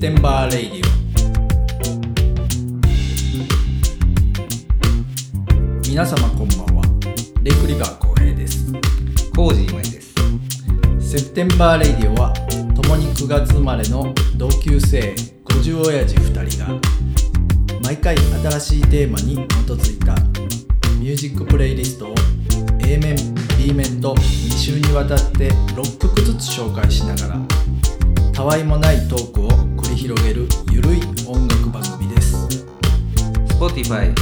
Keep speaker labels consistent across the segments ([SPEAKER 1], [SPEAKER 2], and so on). [SPEAKER 1] テンバーレイディオ皆様こんばんはレイクリバー浩平です
[SPEAKER 2] コージーまいです。
[SPEAKER 1] セプテンバーレイディオは共に9月生まれの同級生50親父2人が毎回新しいテーマに基づいたミュージックプレイリストを A 面 B 面と2週にわたって6曲ずつ紹介しながらたわいもないトークを繰り広げるゆるい音楽番組です
[SPEAKER 2] Spotify、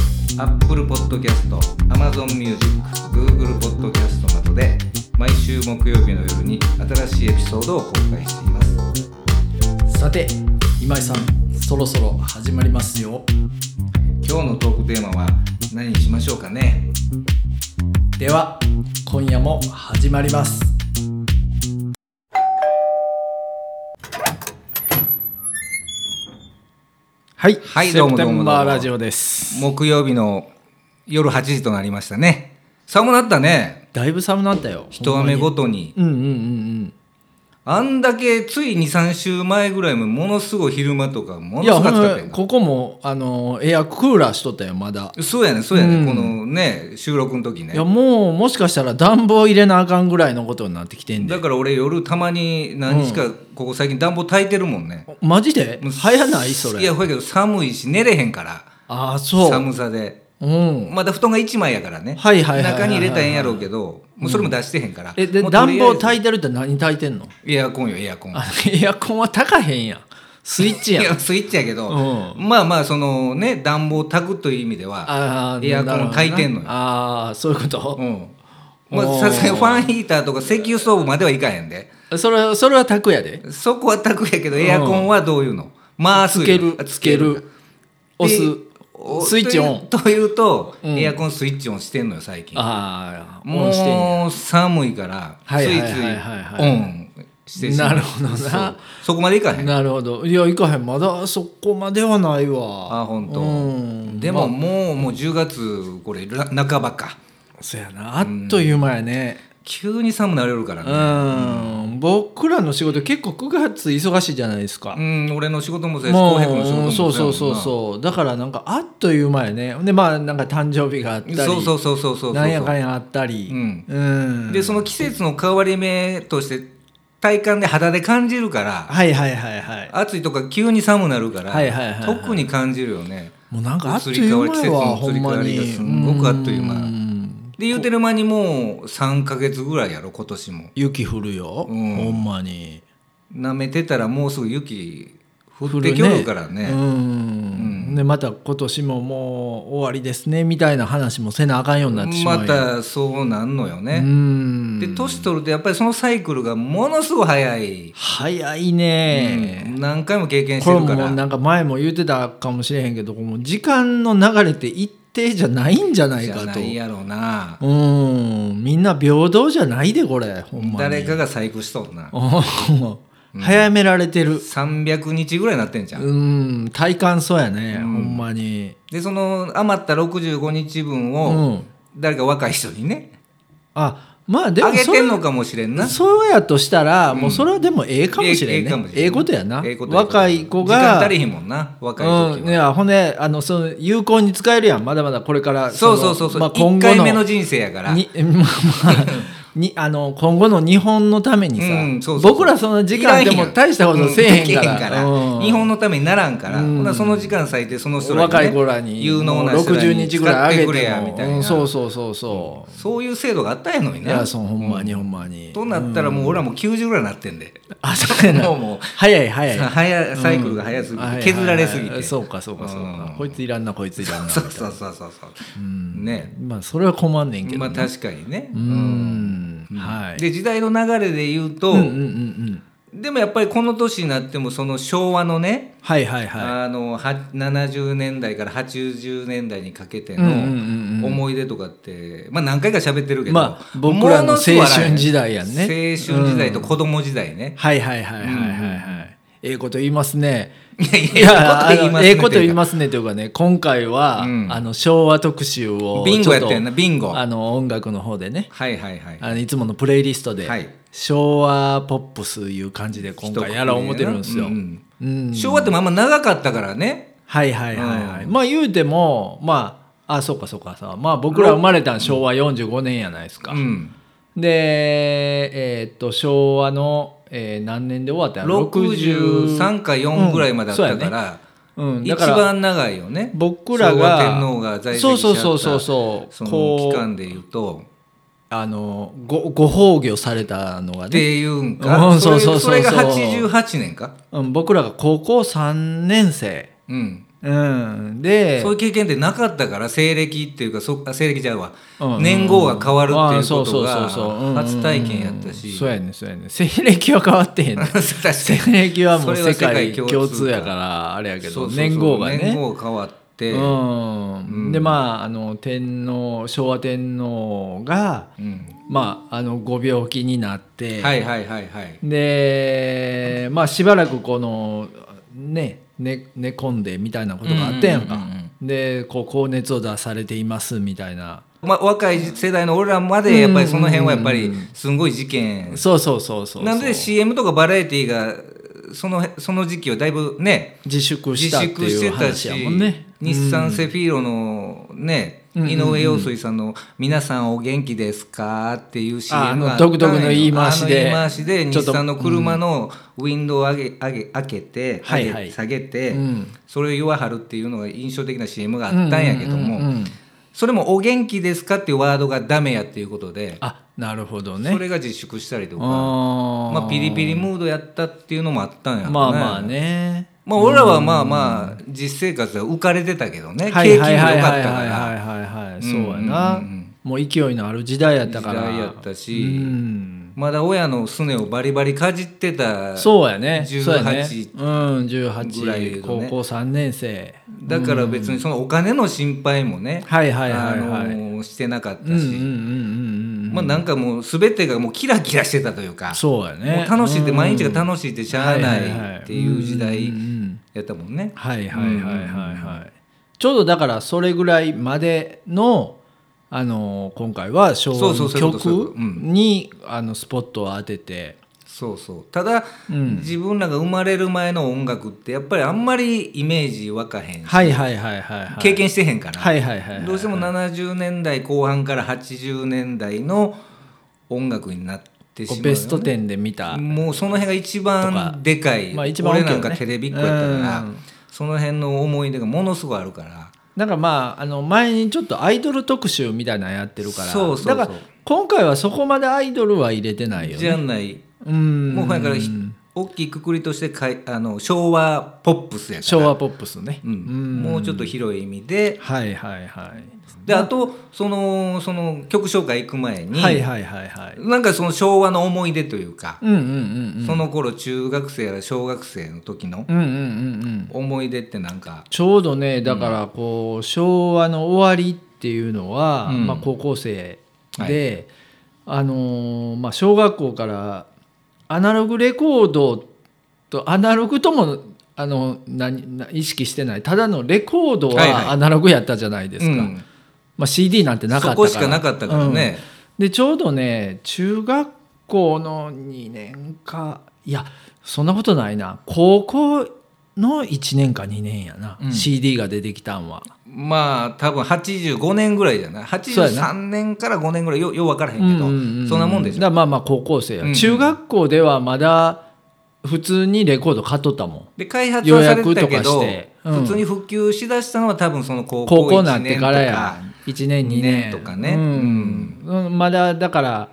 [SPEAKER 2] Apple Podcast、Amazon Music、Google Podcast などで毎週木曜日の夜に新しいエピソードを公開しています。
[SPEAKER 1] さて今井さんそろそろ始まりますよ
[SPEAKER 2] 今日のトークテーマは何にしましょうかね
[SPEAKER 1] では今夜も始まりますはい、
[SPEAKER 2] はいどうもどうも
[SPEAKER 1] セプテ
[SPEAKER 2] どうも
[SPEAKER 1] ンバーラジオです
[SPEAKER 2] 木曜日の夜8時となりましたね。寒なったね。
[SPEAKER 1] だいぶ寒なったよ
[SPEAKER 2] 一雨ご
[SPEAKER 1] と
[SPEAKER 2] とに。
[SPEAKER 1] うんうんうんうん
[SPEAKER 2] あんだけつい2、3週前ぐらいもものすごい昼間とかもの
[SPEAKER 1] い
[SPEAKER 2] す
[SPEAKER 1] や
[SPEAKER 2] ごい
[SPEAKER 1] ほん
[SPEAKER 2] 暑かっ
[SPEAKER 1] ま
[SPEAKER 2] たよ
[SPEAKER 1] ここもあのエアクーラーしとったよまだ、
[SPEAKER 2] そうやね、そうやね。
[SPEAKER 1] うん
[SPEAKER 2] このね、収録の時ね。
[SPEAKER 1] いやもうもしかしたら暖房入れなあかんぐらいのことになってきてんで
[SPEAKER 2] だから俺夜たまに何日かここ最近暖房焚いてるもんね、
[SPEAKER 1] マジで
[SPEAKER 2] もう
[SPEAKER 1] 早ないそ
[SPEAKER 2] い
[SPEAKER 1] れ
[SPEAKER 2] やほやけど寒いし寝れへんから
[SPEAKER 1] ああそう
[SPEAKER 2] 寒さで
[SPEAKER 1] うん
[SPEAKER 2] また布団が1枚やからね
[SPEAKER 1] はいはいはいはいはい
[SPEAKER 2] 中に入れたらええんやろうけどもうそれも出してへんから、
[SPEAKER 1] えで
[SPEAKER 2] もうと
[SPEAKER 1] 暖
[SPEAKER 2] りあえ
[SPEAKER 1] 房
[SPEAKER 2] ず
[SPEAKER 1] 炊いてるって何炊いてんの
[SPEAKER 2] エアコンよエアコン
[SPEAKER 1] あエアコンは高へんやんスイッチ
[SPEAKER 2] い
[SPEAKER 1] やん
[SPEAKER 2] やスイッチやけど、
[SPEAKER 1] う
[SPEAKER 2] まあまあそのね暖房炊くという意味では
[SPEAKER 1] あー
[SPEAKER 2] エアコン
[SPEAKER 1] なるほどな
[SPEAKER 2] 炊いてんのよ
[SPEAKER 1] ああそういうこと、
[SPEAKER 2] うんまあ
[SPEAKER 1] おー
[SPEAKER 2] さすがにファンヒーターとか石油ストーブまではいかへんで
[SPEAKER 1] それそれは炊くやで
[SPEAKER 2] そこは炊くやけどエアコンはどういうの回すよ
[SPEAKER 1] つける
[SPEAKER 2] あ
[SPEAKER 1] つける押す
[SPEAKER 2] でお
[SPEAKER 1] スイッチオン
[SPEAKER 2] というというと、
[SPEAKER 1] うん
[SPEAKER 2] エアコンスイッチオンしてんのよ最近
[SPEAKER 1] ああオ
[SPEAKER 2] も
[SPEAKER 1] ンしてんや
[SPEAKER 2] う寒いから
[SPEAKER 1] は
[SPEAKER 2] つ
[SPEAKER 1] い
[SPEAKER 2] い
[SPEAKER 1] は
[SPEAKER 2] つ
[SPEAKER 1] いは
[SPEAKER 2] い
[SPEAKER 1] いはい
[SPEAKER 2] オンしてしまう
[SPEAKER 1] なるほどな
[SPEAKER 2] そうそこまでいかへん
[SPEAKER 1] なるほどいや行かへんまだそこまではないわ
[SPEAKER 2] あほんと
[SPEAKER 1] うん
[SPEAKER 2] で
[SPEAKER 1] ま
[SPEAKER 2] ももうもう10月これら半ばか
[SPEAKER 1] あそやなあっという間やね
[SPEAKER 2] 急に寒なれるから
[SPEAKER 1] う
[SPEAKER 2] ね
[SPEAKER 1] ん、僕らの仕事結構9月忙しいじゃないですか、
[SPEAKER 2] うん俺の仕事もそうやし
[SPEAKER 1] も
[SPEAKER 2] 浩平君の仕事
[SPEAKER 1] う
[SPEAKER 2] も
[SPEAKER 1] そうそう
[SPEAKER 2] や
[SPEAKER 1] そう
[SPEAKER 2] もんな
[SPEAKER 1] そうだからなんかあっという間やねでまあなんか誕生日があったり
[SPEAKER 2] そうそうそうそうそうそう
[SPEAKER 1] なんやかんやあったり
[SPEAKER 2] うん
[SPEAKER 1] うん
[SPEAKER 2] でその季節の変わり目として体感で肌で感じるから
[SPEAKER 1] はいはいはいはい
[SPEAKER 2] 暑いとか急に寒なるから、
[SPEAKER 1] はいはいはいはい
[SPEAKER 2] 特に感じるよね
[SPEAKER 1] もうなんかあっという間やわほ
[SPEAKER 2] 移り
[SPEAKER 1] ん
[SPEAKER 2] 変わ
[SPEAKER 1] ま
[SPEAKER 2] り
[SPEAKER 1] に
[SPEAKER 2] 季節の移り変わりがすんごくあっという間
[SPEAKER 1] ん
[SPEAKER 2] で言うてる間にもう3ヶ月ぐらいやろ今年も
[SPEAKER 1] 雪降るよ、
[SPEAKER 2] うん
[SPEAKER 1] ほんまに
[SPEAKER 2] なめてたらもうすぐ雪降ってきょるからね
[SPEAKER 1] うん、
[SPEAKER 2] うん
[SPEAKER 1] でまた今年ももう終わりですねみたいな話もせなあかんようになってしまう
[SPEAKER 2] ま
[SPEAKER 1] よ
[SPEAKER 2] たそうなんのよ
[SPEAKER 1] う
[SPEAKER 2] ね、
[SPEAKER 1] ん
[SPEAKER 2] で年取るとやっぱりそのサイクルがものすごい早い、
[SPEAKER 1] 早いね、
[SPEAKER 2] うん何回も経験し
[SPEAKER 1] こ
[SPEAKER 2] て
[SPEAKER 1] れ
[SPEAKER 2] るか
[SPEAKER 1] も
[SPEAKER 2] ら
[SPEAKER 1] なんか前も言ってたかもしれへんけどもう時間の流れって一定じゃないんじゃない
[SPEAKER 2] じゃ
[SPEAKER 1] か
[SPEAKER 2] な
[SPEAKER 1] と
[SPEAKER 2] いやろうな、
[SPEAKER 1] うんみんな平等じゃないでこれほんまに
[SPEAKER 2] 誰かが細工しとんな
[SPEAKER 1] うん 早められてる
[SPEAKER 2] 300日ぐらいなってんじゃん、
[SPEAKER 1] うん体感そうやね、
[SPEAKER 2] うん
[SPEAKER 1] ほんまに
[SPEAKER 2] でその余った65日分
[SPEAKER 1] う
[SPEAKER 2] を
[SPEAKER 1] ん
[SPEAKER 2] 誰か若い人にね
[SPEAKER 1] あまあで
[SPEAKER 2] あ
[SPEAKER 1] も
[SPEAKER 2] げ
[SPEAKER 1] そ
[SPEAKER 2] てん
[SPEAKER 1] れ
[SPEAKER 2] のかもしれんな
[SPEAKER 1] そうやとしたら、もうそれはでもええかもし
[SPEAKER 2] ええ
[SPEAKER 1] れ
[SPEAKER 2] え
[SPEAKER 1] ん
[SPEAKER 2] えかも
[SPEAKER 1] ね
[SPEAKER 2] しれん
[SPEAKER 1] ええことやな
[SPEAKER 2] ええこと
[SPEAKER 1] 若い子
[SPEAKER 2] 時間
[SPEAKER 1] が
[SPEAKER 2] 足りひんもんな若い時は、
[SPEAKER 1] うん、いやほんであのその有効に使えるやんまだまだこれから
[SPEAKER 2] そう
[SPEAKER 1] の
[SPEAKER 2] そうそうそう、
[SPEAKER 1] まあ、
[SPEAKER 2] 一
[SPEAKER 1] 今後
[SPEAKER 2] 回
[SPEAKER 1] の
[SPEAKER 2] 目の人生やから
[SPEAKER 1] に まあまあにあの今後の日本のためにさ、
[SPEAKER 2] うんそうそうそう
[SPEAKER 1] 僕らその時間でも大したことせえへんから,、
[SPEAKER 2] う
[SPEAKER 1] うん
[SPEAKER 2] でき日本のためにならんから、
[SPEAKER 1] うん
[SPEAKER 2] ほなその時間割いてその人らに、ね、
[SPEAKER 1] 若い子らに
[SPEAKER 2] 有能な
[SPEAKER 1] もう
[SPEAKER 2] 人ら
[SPEAKER 1] 60
[SPEAKER 2] に
[SPEAKER 1] 日ぐらい
[SPEAKER 2] 使って
[SPEAKER 1] 上
[SPEAKER 2] く
[SPEAKER 1] げ
[SPEAKER 2] れ
[SPEAKER 1] て
[SPEAKER 2] や
[SPEAKER 1] も
[SPEAKER 2] みたいな、
[SPEAKER 1] うんそう
[SPEAKER 2] そう
[SPEAKER 1] そうそうそう、
[SPEAKER 2] いう制度があったんやのに
[SPEAKER 1] いや
[SPEAKER 2] な
[SPEAKER 1] そうほんまにほんまに、
[SPEAKER 2] となったらもう俺らもう90ぐらいになってんで、
[SPEAKER 1] あそうやな
[SPEAKER 2] もうもう
[SPEAKER 1] 早い早い
[SPEAKER 2] 早いサイクルが早すぎて、削られすぎ
[SPEAKER 1] はい
[SPEAKER 2] て、
[SPEAKER 1] はいはいそうかそうかそうか、
[SPEAKER 2] ん
[SPEAKER 1] こいついらんなこいついらんな
[SPEAKER 2] そうそうそうそうそう、ね
[SPEAKER 1] まあそれは困んねんけど、
[SPEAKER 2] まあ
[SPEAKER 1] ね
[SPEAKER 2] 確かにね、
[SPEAKER 1] うーんはい
[SPEAKER 2] で時代の流れで言うと、
[SPEAKER 1] うんうんうんうん
[SPEAKER 2] でもやっぱりこの年になってもその昭和のね、
[SPEAKER 1] はいはいは
[SPEAKER 2] あのは70年代から80年代にかけて
[SPEAKER 1] うんうんうんうん
[SPEAKER 2] の思い出とかって、まあ、何回か喋ってるけど、
[SPEAKER 1] まあ僕らの青春時代やんね
[SPEAKER 2] ものすごい青春時代と子供時代
[SPEAKER 1] い
[SPEAKER 2] ね、
[SPEAKER 1] はいはいはいはいはいはいええこと言いますね
[SPEAKER 2] いやい
[SPEAKER 1] い
[SPEAKER 2] や
[SPEAKER 1] や
[SPEAKER 2] ええこと言い
[SPEAKER 1] あ
[SPEAKER 2] ま
[SPEAKER 1] の
[SPEAKER 2] すね
[SPEAKER 1] ええこと言いますね
[SPEAKER 2] す
[SPEAKER 1] というかね今回は、
[SPEAKER 2] うん
[SPEAKER 1] あの昭和特集を
[SPEAKER 2] ビンゴやった
[SPEAKER 1] ちょ
[SPEAKER 2] よ
[SPEAKER 1] っ
[SPEAKER 2] な
[SPEAKER 1] と
[SPEAKER 2] ビンゴは
[SPEAKER 1] あの音楽の方でね
[SPEAKER 2] いはいはい
[SPEAKER 1] あのいつものプレイリストで、
[SPEAKER 2] はい
[SPEAKER 1] 昭和ポップスいう感じで今回やらう思ってるんですよ、
[SPEAKER 2] うん
[SPEAKER 1] うん
[SPEAKER 2] 昭和ってもあんま長かったからね
[SPEAKER 1] はいはいはいはい、
[SPEAKER 2] うん
[SPEAKER 1] まあ言うてもまああそうかそうかさまあ僕ら生まれたん昭和45年やないですか、
[SPEAKER 2] うん
[SPEAKER 1] でえーっと昭和の、えー何年で終わったんやろ
[SPEAKER 2] 63か4ぐらいまでだったか
[SPEAKER 1] うんそうやねう
[SPEAKER 2] ら、
[SPEAKER 1] ん、
[SPEAKER 2] 一
[SPEAKER 1] だから
[SPEAKER 2] 番長いよね
[SPEAKER 1] 僕ら
[SPEAKER 2] 昭
[SPEAKER 1] が
[SPEAKER 2] 和天皇が在
[SPEAKER 1] そう
[SPEAKER 2] 籍
[SPEAKER 1] そ
[SPEAKER 2] しちゃ
[SPEAKER 1] う
[SPEAKER 2] った
[SPEAKER 1] そうそうそう
[SPEAKER 2] その
[SPEAKER 1] こ
[SPEAKER 2] 期
[SPEAKER 1] う
[SPEAKER 2] 間でいうと
[SPEAKER 1] あのごご崩御されたのが
[SPEAKER 2] っ
[SPEAKER 1] ね、
[SPEAKER 2] ていうんか、
[SPEAKER 1] うん
[SPEAKER 2] それ
[SPEAKER 1] そうそうそうそう
[SPEAKER 2] それが88年か、
[SPEAKER 1] うん、僕らが高校3年生、
[SPEAKER 2] うん、
[SPEAKER 1] うん、で
[SPEAKER 2] そういう経験ってなかったから西暦っていうかそあ西暦ちゃうわ、
[SPEAKER 1] うん
[SPEAKER 2] 年号が変わるっていう
[SPEAKER 1] あーそ
[SPEAKER 2] こ
[SPEAKER 1] うそ
[SPEAKER 2] と
[SPEAKER 1] う
[SPEAKER 2] が
[SPEAKER 1] そうそううん
[SPEAKER 2] 初体験やったし、
[SPEAKER 1] そうやねそうやね西暦は変わってへんね
[SPEAKER 2] 確かに
[SPEAKER 1] 西暦はもう
[SPEAKER 2] それは
[SPEAKER 1] 世
[SPEAKER 2] 世界
[SPEAKER 1] 界
[SPEAKER 2] 共通
[SPEAKER 1] 共通やからあれやけ
[SPEAKER 2] そうそう
[SPEAKER 1] ど
[SPEAKER 2] そう
[SPEAKER 1] 年号が
[SPEAKER 2] 年
[SPEAKER 1] ね
[SPEAKER 2] 号変わって、
[SPEAKER 1] うんでまああの天皇昭和天皇が
[SPEAKER 2] うん
[SPEAKER 1] まああのご病気になって
[SPEAKER 2] はいはいはいはい
[SPEAKER 1] でまあしばらくこのねね寝込んでみたいなことがあったやんか、
[SPEAKER 2] うんうんうん
[SPEAKER 1] でこう高熱を出されていますみたいな
[SPEAKER 2] まあ、若い世代の俺らまでやっぱりその辺はやっぱりすんごい事件
[SPEAKER 1] そうそうそうそうそう
[SPEAKER 2] なんで CM とかバラエティーがそのその時期はだいぶね
[SPEAKER 1] 自粛し
[SPEAKER 2] 自
[SPEAKER 1] たって
[SPEAKER 2] 粛
[SPEAKER 1] い
[SPEAKER 2] して
[SPEAKER 1] う
[SPEAKER 2] た
[SPEAKER 1] 話
[SPEAKER 2] し
[SPEAKER 1] やもんね
[SPEAKER 2] 日産セフィーロのね、
[SPEAKER 1] うん
[SPEAKER 2] 井上陽水さんの「皆さんお元気ですか?」っていう CM
[SPEAKER 1] ああの
[SPEAKER 2] があったんよ
[SPEAKER 1] 独特の言い回しで
[SPEAKER 2] あの言い回しで
[SPEAKER 1] ちょっ
[SPEAKER 2] 日
[SPEAKER 1] と
[SPEAKER 2] 産の車のウィンドウを上げ上げ開けて
[SPEAKER 1] は
[SPEAKER 2] 上
[SPEAKER 1] い
[SPEAKER 2] げ、
[SPEAKER 1] はい
[SPEAKER 2] 下げて、
[SPEAKER 1] うん
[SPEAKER 2] それを言わはるっていうのが印象的な CM があったんやけども、
[SPEAKER 1] うんうんうんうん
[SPEAKER 2] それも「お元気ですか?」っていうワードがダメやっていうことで、
[SPEAKER 1] あなるほどね
[SPEAKER 2] それが自粛したりとか
[SPEAKER 1] あ
[SPEAKER 2] まあ、ピリピ
[SPEAKER 1] リ
[SPEAKER 2] リムードやったっていうのもあったんやろうね
[SPEAKER 1] まあまあね
[SPEAKER 2] まあ俺らはまあまあ実生活は浮かれてたけどね、景気も良かったから
[SPEAKER 1] はいはいはいはいはいはいはい
[SPEAKER 2] うん
[SPEAKER 1] そ
[SPEAKER 2] うんうん
[SPEAKER 1] うやなもう勢いのある時代やった
[SPEAKER 2] 時
[SPEAKER 1] から
[SPEAKER 2] 代やった
[SPEAKER 1] う
[SPEAKER 2] し、
[SPEAKER 1] ん
[SPEAKER 2] まだ親のすねをバリバリかじってた
[SPEAKER 1] そうやねそうやね
[SPEAKER 2] 18
[SPEAKER 1] うん
[SPEAKER 2] ぐらい
[SPEAKER 1] 18
[SPEAKER 2] の
[SPEAKER 1] 高
[SPEAKER 2] ね
[SPEAKER 1] 校3年生
[SPEAKER 2] だから別にそのお金の心配もね、
[SPEAKER 1] はいはいはい
[SPEAKER 2] あ
[SPEAKER 1] はい
[SPEAKER 2] のーしてなかったし、
[SPEAKER 1] うんうんうんうんうん
[SPEAKER 2] まあなんかもう全てがもうキラキラしてたというか、
[SPEAKER 1] そうや
[SPEAKER 2] も
[SPEAKER 1] ね
[SPEAKER 2] う楽しいって
[SPEAKER 1] うん
[SPEAKER 2] 毎日が楽しいってしゃあな
[SPEAKER 1] はいはいはい
[SPEAKER 2] いっていう時代
[SPEAKER 1] うんうんうん
[SPEAKER 2] やったもんね。
[SPEAKER 1] はいはいはいはいはいちょうどだからそれぐらいまでのあの今回は昭和
[SPEAKER 2] そ
[SPEAKER 1] の
[SPEAKER 2] うそうそういうことそういうこ
[SPEAKER 1] 曲
[SPEAKER 2] とうん
[SPEAKER 1] にあのスポットを当てて
[SPEAKER 2] そうそうただ、
[SPEAKER 1] うん
[SPEAKER 2] 自分らが生まれる前の音楽ってやっぱりあんまりイメージ湧かへんし、
[SPEAKER 1] はいはいはいはいはい
[SPEAKER 2] 経験してへんから、
[SPEAKER 1] はいはいはいはい
[SPEAKER 2] どうしても70年代後半から80年代の音楽になってし
[SPEAKER 1] こ
[SPEAKER 2] ま
[SPEAKER 1] う
[SPEAKER 2] う、
[SPEAKER 1] ベスト10で見た
[SPEAKER 2] もうその辺が一
[SPEAKER 1] とか
[SPEAKER 2] 番でかい、
[SPEAKER 1] まあ一番大き
[SPEAKER 2] 俺
[SPEAKER 1] いよね
[SPEAKER 2] なんかテレビっ子やったから、
[SPEAKER 1] うん
[SPEAKER 2] その辺の思い出がものすごいあるから
[SPEAKER 1] なんかまああの前にちょっとアイドル特集みたいなのやってるから
[SPEAKER 2] そうそうそう
[SPEAKER 1] だから今回はそこまでアイドルは入れてないよ
[SPEAKER 2] じゃ
[SPEAKER 1] ね
[SPEAKER 2] ない、
[SPEAKER 1] うん
[SPEAKER 2] もうだからひ大きいくくりとしてかいあの昭和ポップスやから
[SPEAKER 1] 昭和ポップスね
[SPEAKER 2] うんもうちょっと広い意味で
[SPEAKER 1] はいはいはい
[SPEAKER 2] であとそのその曲紹介行く前に、
[SPEAKER 1] はいはいはいはい
[SPEAKER 2] なんかその昭和の思い出というか、
[SPEAKER 1] うんうんうんうん
[SPEAKER 2] その頃中学生やら小学生の時の
[SPEAKER 1] うんうんうんうん
[SPEAKER 2] 思い出ってなんか、
[SPEAKER 1] ちょうどねだからこう、昭和の終わりっていうのは、
[SPEAKER 2] うん
[SPEAKER 1] まあ、高校生で、あのーまあ、小学校からアナログレコードとアナログともあの何な意識してないただのレコード
[SPEAKER 2] はいはい
[SPEAKER 1] はアナログやったじゃないですか、
[SPEAKER 2] うん
[SPEAKER 1] まあ、CD なんてなかったか
[SPEAKER 2] そ
[SPEAKER 1] ら
[SPEAKER 2] こしかなかったからね、
[SPEAKER 1] でちょうどね中学校の2年かいやそんなことないな高校の1年か2年やな、
[SPEAKER 2] うん
[SPEAKER 1] CD が出てきたんは、
[SPEAKER 2] まあ多分85年ぐらいじゃない
[SPEAKER 1] そうや
[SPEAKER 2] 83年から5年ぐらいよよう分からへんけど、そんなもんでしょ
[SPEAKER 1] だからまあまあ高校生や、
[SPEAKER 2] うん
[SPEAKER 1] 中学校ではまだ普通にレコード買っとったもん
[SPEAKER 2] で開発はされてた
[SPEAKER 1] 予
[SPEAKER 2] け
[SPEAKER 1] 約と
[SPEAKER 2] ど
[SPEAKER 1] かしてうん
[SPEAKER 2] 普通に復旧しだしたのは多分その高校
[SPEAKER 1] 高校にな
[SPEAKER 2] 1
[SPEAKER 1] って
[SPEAKER 2] 年と
[SPEAKER 1] から
[SPEAKER 2] か
[SPEAKER 1] や1年2
[SPEAKER 2] 二
[SPEAKER 1] 年
[SPEAKER 2] 年とかね
[SPEAKER 1] うんうんまだだから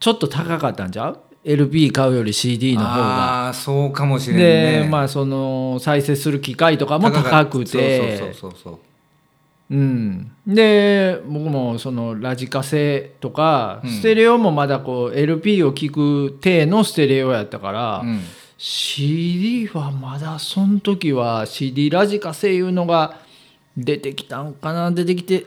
[SPEAKER 1] ちょっと高かったんちゃう LP 買うより CD の方が
[SPEAKER 2] ああーそうかもしれんね
[SPEAKER 1] でまあその再生する機械とかも高く
[SPEAKER 2] そう
[SPEAKER 1] て
[SPEAKER 2] そうそうそう
[SPEAKER 1] うんで僕もそのラジカセとか、
[SPEAKER 2] うん
[SPEAKER 1] ステレオもまだこう LP を聴く体のステレオやったから、
[SPEAKER 2] そう、うん
[SPEAKER 1] CD はまだその時は CD ラジカセいうのが出てきたんかな出てきて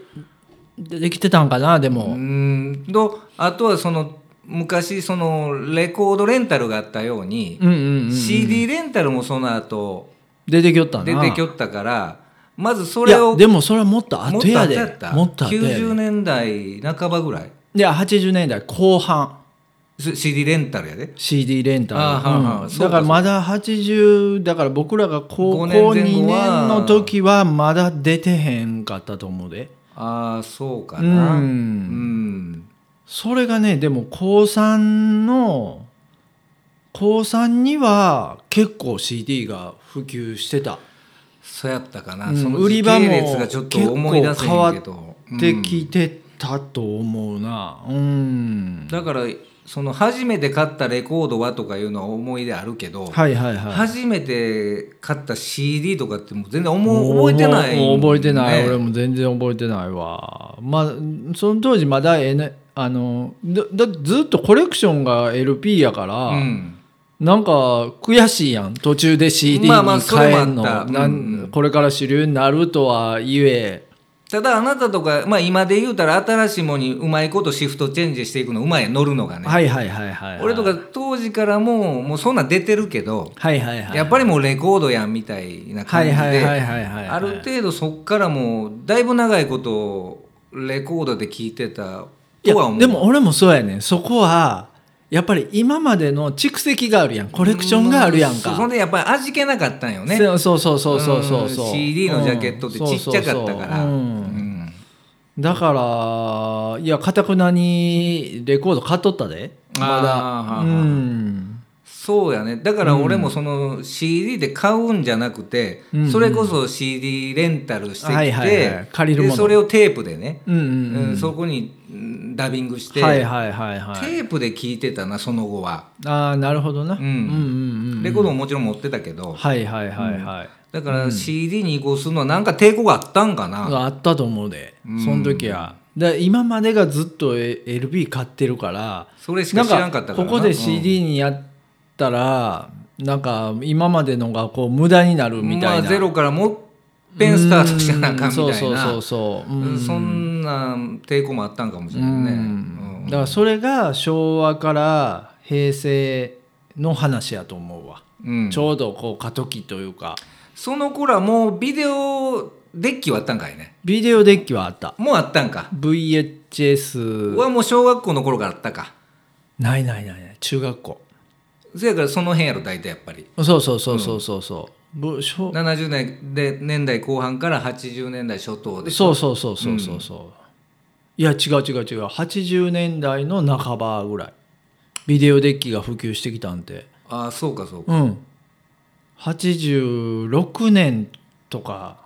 [SPEAKER 1] 出てきてたんかなでも、
[SPEAKER 2] うーんとあとはその昔そのレコードレンタルがあったように、
[SPEAKER 1] うんうんうん
[SPEAKER 2] CD レンタルもその後
[SPEAKER 1] 出てきよったな
[SPEAKER 2] 出てきよったからまずそ
[SPEAKER 1] い
[SPEAKER 2] れ
[SPEAKER 1] や
[SPEAKER 2] を
[SPEAKER 1] でもそれはもっと
[SPEAKER 2] もっ
[SPEAKER 1] 後
[SPEAKER 2] と
[SPEAKER 1] や
[SPEAKER 2] 後
[SPEAKER 1] で
[SPEAKER 2] やった
[SPEAKER 1] もっと後やで
[SPEAKER 2] 90年代半ばぐらい
[SPEAKER 1] いや80年代後半
[SPEAKER 2] す CD レンタルやで
[SPEAKER 1] CD レンタル
[SPEAKER 2] あーはんはん
[SPEAKER 1] うん
[SPEAKER 2] そう
[SPEAKER 1] だか
[SPEAKER 2] か
[SPEAKER 1] らまだ80だから僕らが高校
[SPEAKER 2] 5年前
[SPEAKER 1] 2
[SPEAKER 2] 後は
[SPEAKER 1] 年の時はまだ出てへんかったと思うで
[SPEAKER 2] ああそうかな
[SPEAKER 1] うん
[SPEAKER 2] ん
[SPEAKER 1] それがねでも高3の高3には結構 CD が普及してた
[SPEAKER 2] そうやったかな、
[SPEAKER 1] うん
[SPEAKER 2] その
[SPEAKER 1] 売り場も
[SPEAKER 2] 時系列がちょっと思い出せへんけ
[SPEAKER 1] 結
[SPEAKER 2] ど
[SPEAKER 1] で聞いてたと思うなうん
[SPEAKER 2] だからその初めて買ったレコードはとかいうのは思い出あるけど、
[SPEAKER 1] はいはいはい
[SPEAKER 2] 初めて買った CD とかってもう全然思う覚えてない、
[SPEAKER 1] もう覚えてない、
[SPEAKER 2] ね
[SPEAKER 1] 俺も全然覚えてないわまあその当時まだ、N、あのだだってずっとコレクションが LP やから、
[SPEAKER 2] うん
[SPEAKER 1] なんか悔しいやん途中で CD に
[SPEAKER 2] まあまあそれ
[SPEAKER 1] 変
[SPEAKER 2] もあ
[SPEAKER 1] えん
[SPEAKER 2] った
[SPEAKER 1] の、な
[SPEAKER 2] うん
[SPEAKER 1] んこれから主流になるとはいえ
[SPEAKER 2] ただあなたとか、まあ、今で言うたら新しいものにうまいことシフトチェンジしていくのうまい乗るのがね、
[SPEAKER 1] はいはいはいはい、はい、
[SPEAKER 2] 俺とか当時からもうもうそんなん出てるけど、
[SPEAKER 1] はいはいはい
[SPEAKER 2] やっぱりもうレコードやんみたいな
[SPEAKER 1] は
[SPEAKER 2] 感
[SPEAKER 1] い
[SPEAKER 2] じ
[SPEAKER 1] はいはい
[SPEAKER 2] で
[SPEAKER 1] はいはい
[SPEAKER 2] ある程度そっからもうだいぶ長いことレコードで聴いてた
[SPEAKER 1] いや
[SPEAKER 2] とは思う
[SPEAKER 1] でも俺もそうやねんそこはやっぱり今までの蓄積があるやんコレクションがあるやん
[SPEAKER 2] う
[SPEAKER 1] か、
[SPEAKER 2] そそんでやっぱり味気なかったんよね
[SPEAKER 1] せそうそうそうそうそうそう、
[SPEAKER 2] ん CD のジャケットってちっちゃかったから
[SPEAKER 1] う
[SPEAKER 2] うんん
[SPEAKER 1] だからいやかたくなにレコード買っとったで
[SPEAKER 2] あーはあは
[SPEAKER 1] まだ
[SPEAKER 2] あ
[SPEAKER 1] うん
[SPEAKER 2] そうやねだから俺もその CD で買うんじゃなくて、
[SPEAKER 1] うんうん
[SPEAKER 2] それこそ CD レンタルしてきて、
[SPEAKER 1] はいはいはい借りるもの
[SPEAKER 2] でそれをテープでね、
[SPEAKER 1] うんう
[SPEAKER 2] うん
[SPEAKER 1] んうん
[SPEAKER 2] そこにうんダビングして、
[SPEAKER 1] はいはいはいはい
[SPEAKER 2] テープで聞いてたなその後は、
[SPEAKER 1] ああなるほどな、
[SPEAKER 2] うん
[SPEAKER 1] うんうんうん
[SPEAKER 2] レコードももちろん持ってたけど
[SPEAKER 1] はいはいはいはい、
[SPEAKER 2] だから CD に移行するのはなんか抵抗があったんかな、
[SPEAKER 1] あったと思うで、
[SPEAKER 2] うん
[SPEAKER 1] その時はで今までがずっと LP 買ってるから
[SPEAKER 2] それしか知らんかったから
[SPEAKER 1] なんここで CD にやったら、なんか今までのがこう無駄になるみたいな、
[SPEAKER 2] まあ、ゼロからもう一遍スタートしなあ
[SPEAKER 1] う
[SPEAKER 2] かんみたいな
[SPEAKER 1] んそうそうそうそう、
[SPEAKER 2] うんそんな抵抗もあったんかもしれないね、うん
[SPEAKER 1] だからそれが昭和から平成の話やと思うわ、
[SPEAKER 2] うん
[SPEAKER 1] ちょうどこう過渡期というか
[SPEAKER 2] その頃はもうビデオデッキはあったんかいね
[SPEAKER 1] ビデオデッキはあった
[SPEAKER 2] もうあったんか
[SPEAKER 1] VHS
[SPEAKER 2] はもう小学校の頃からあったか
[SPEAKER 1] ないないないない中学校
[SPEAKER 2] そやからその辺やろ大体やっぱり
[SPEAKER 1] そうそうそうそうそうそう、ぶしょ
[SPEAKER 2] 70年で年代後半から80年代初頭で
[SPEAKER 1] そうそうそうそうそうそう、いや違う違う違う80年代の半ばぐらいビデオデッキが普及してきたんて
[SPEAKER 2] ああそうかそうか
[SPEAKER 1] うん86年とか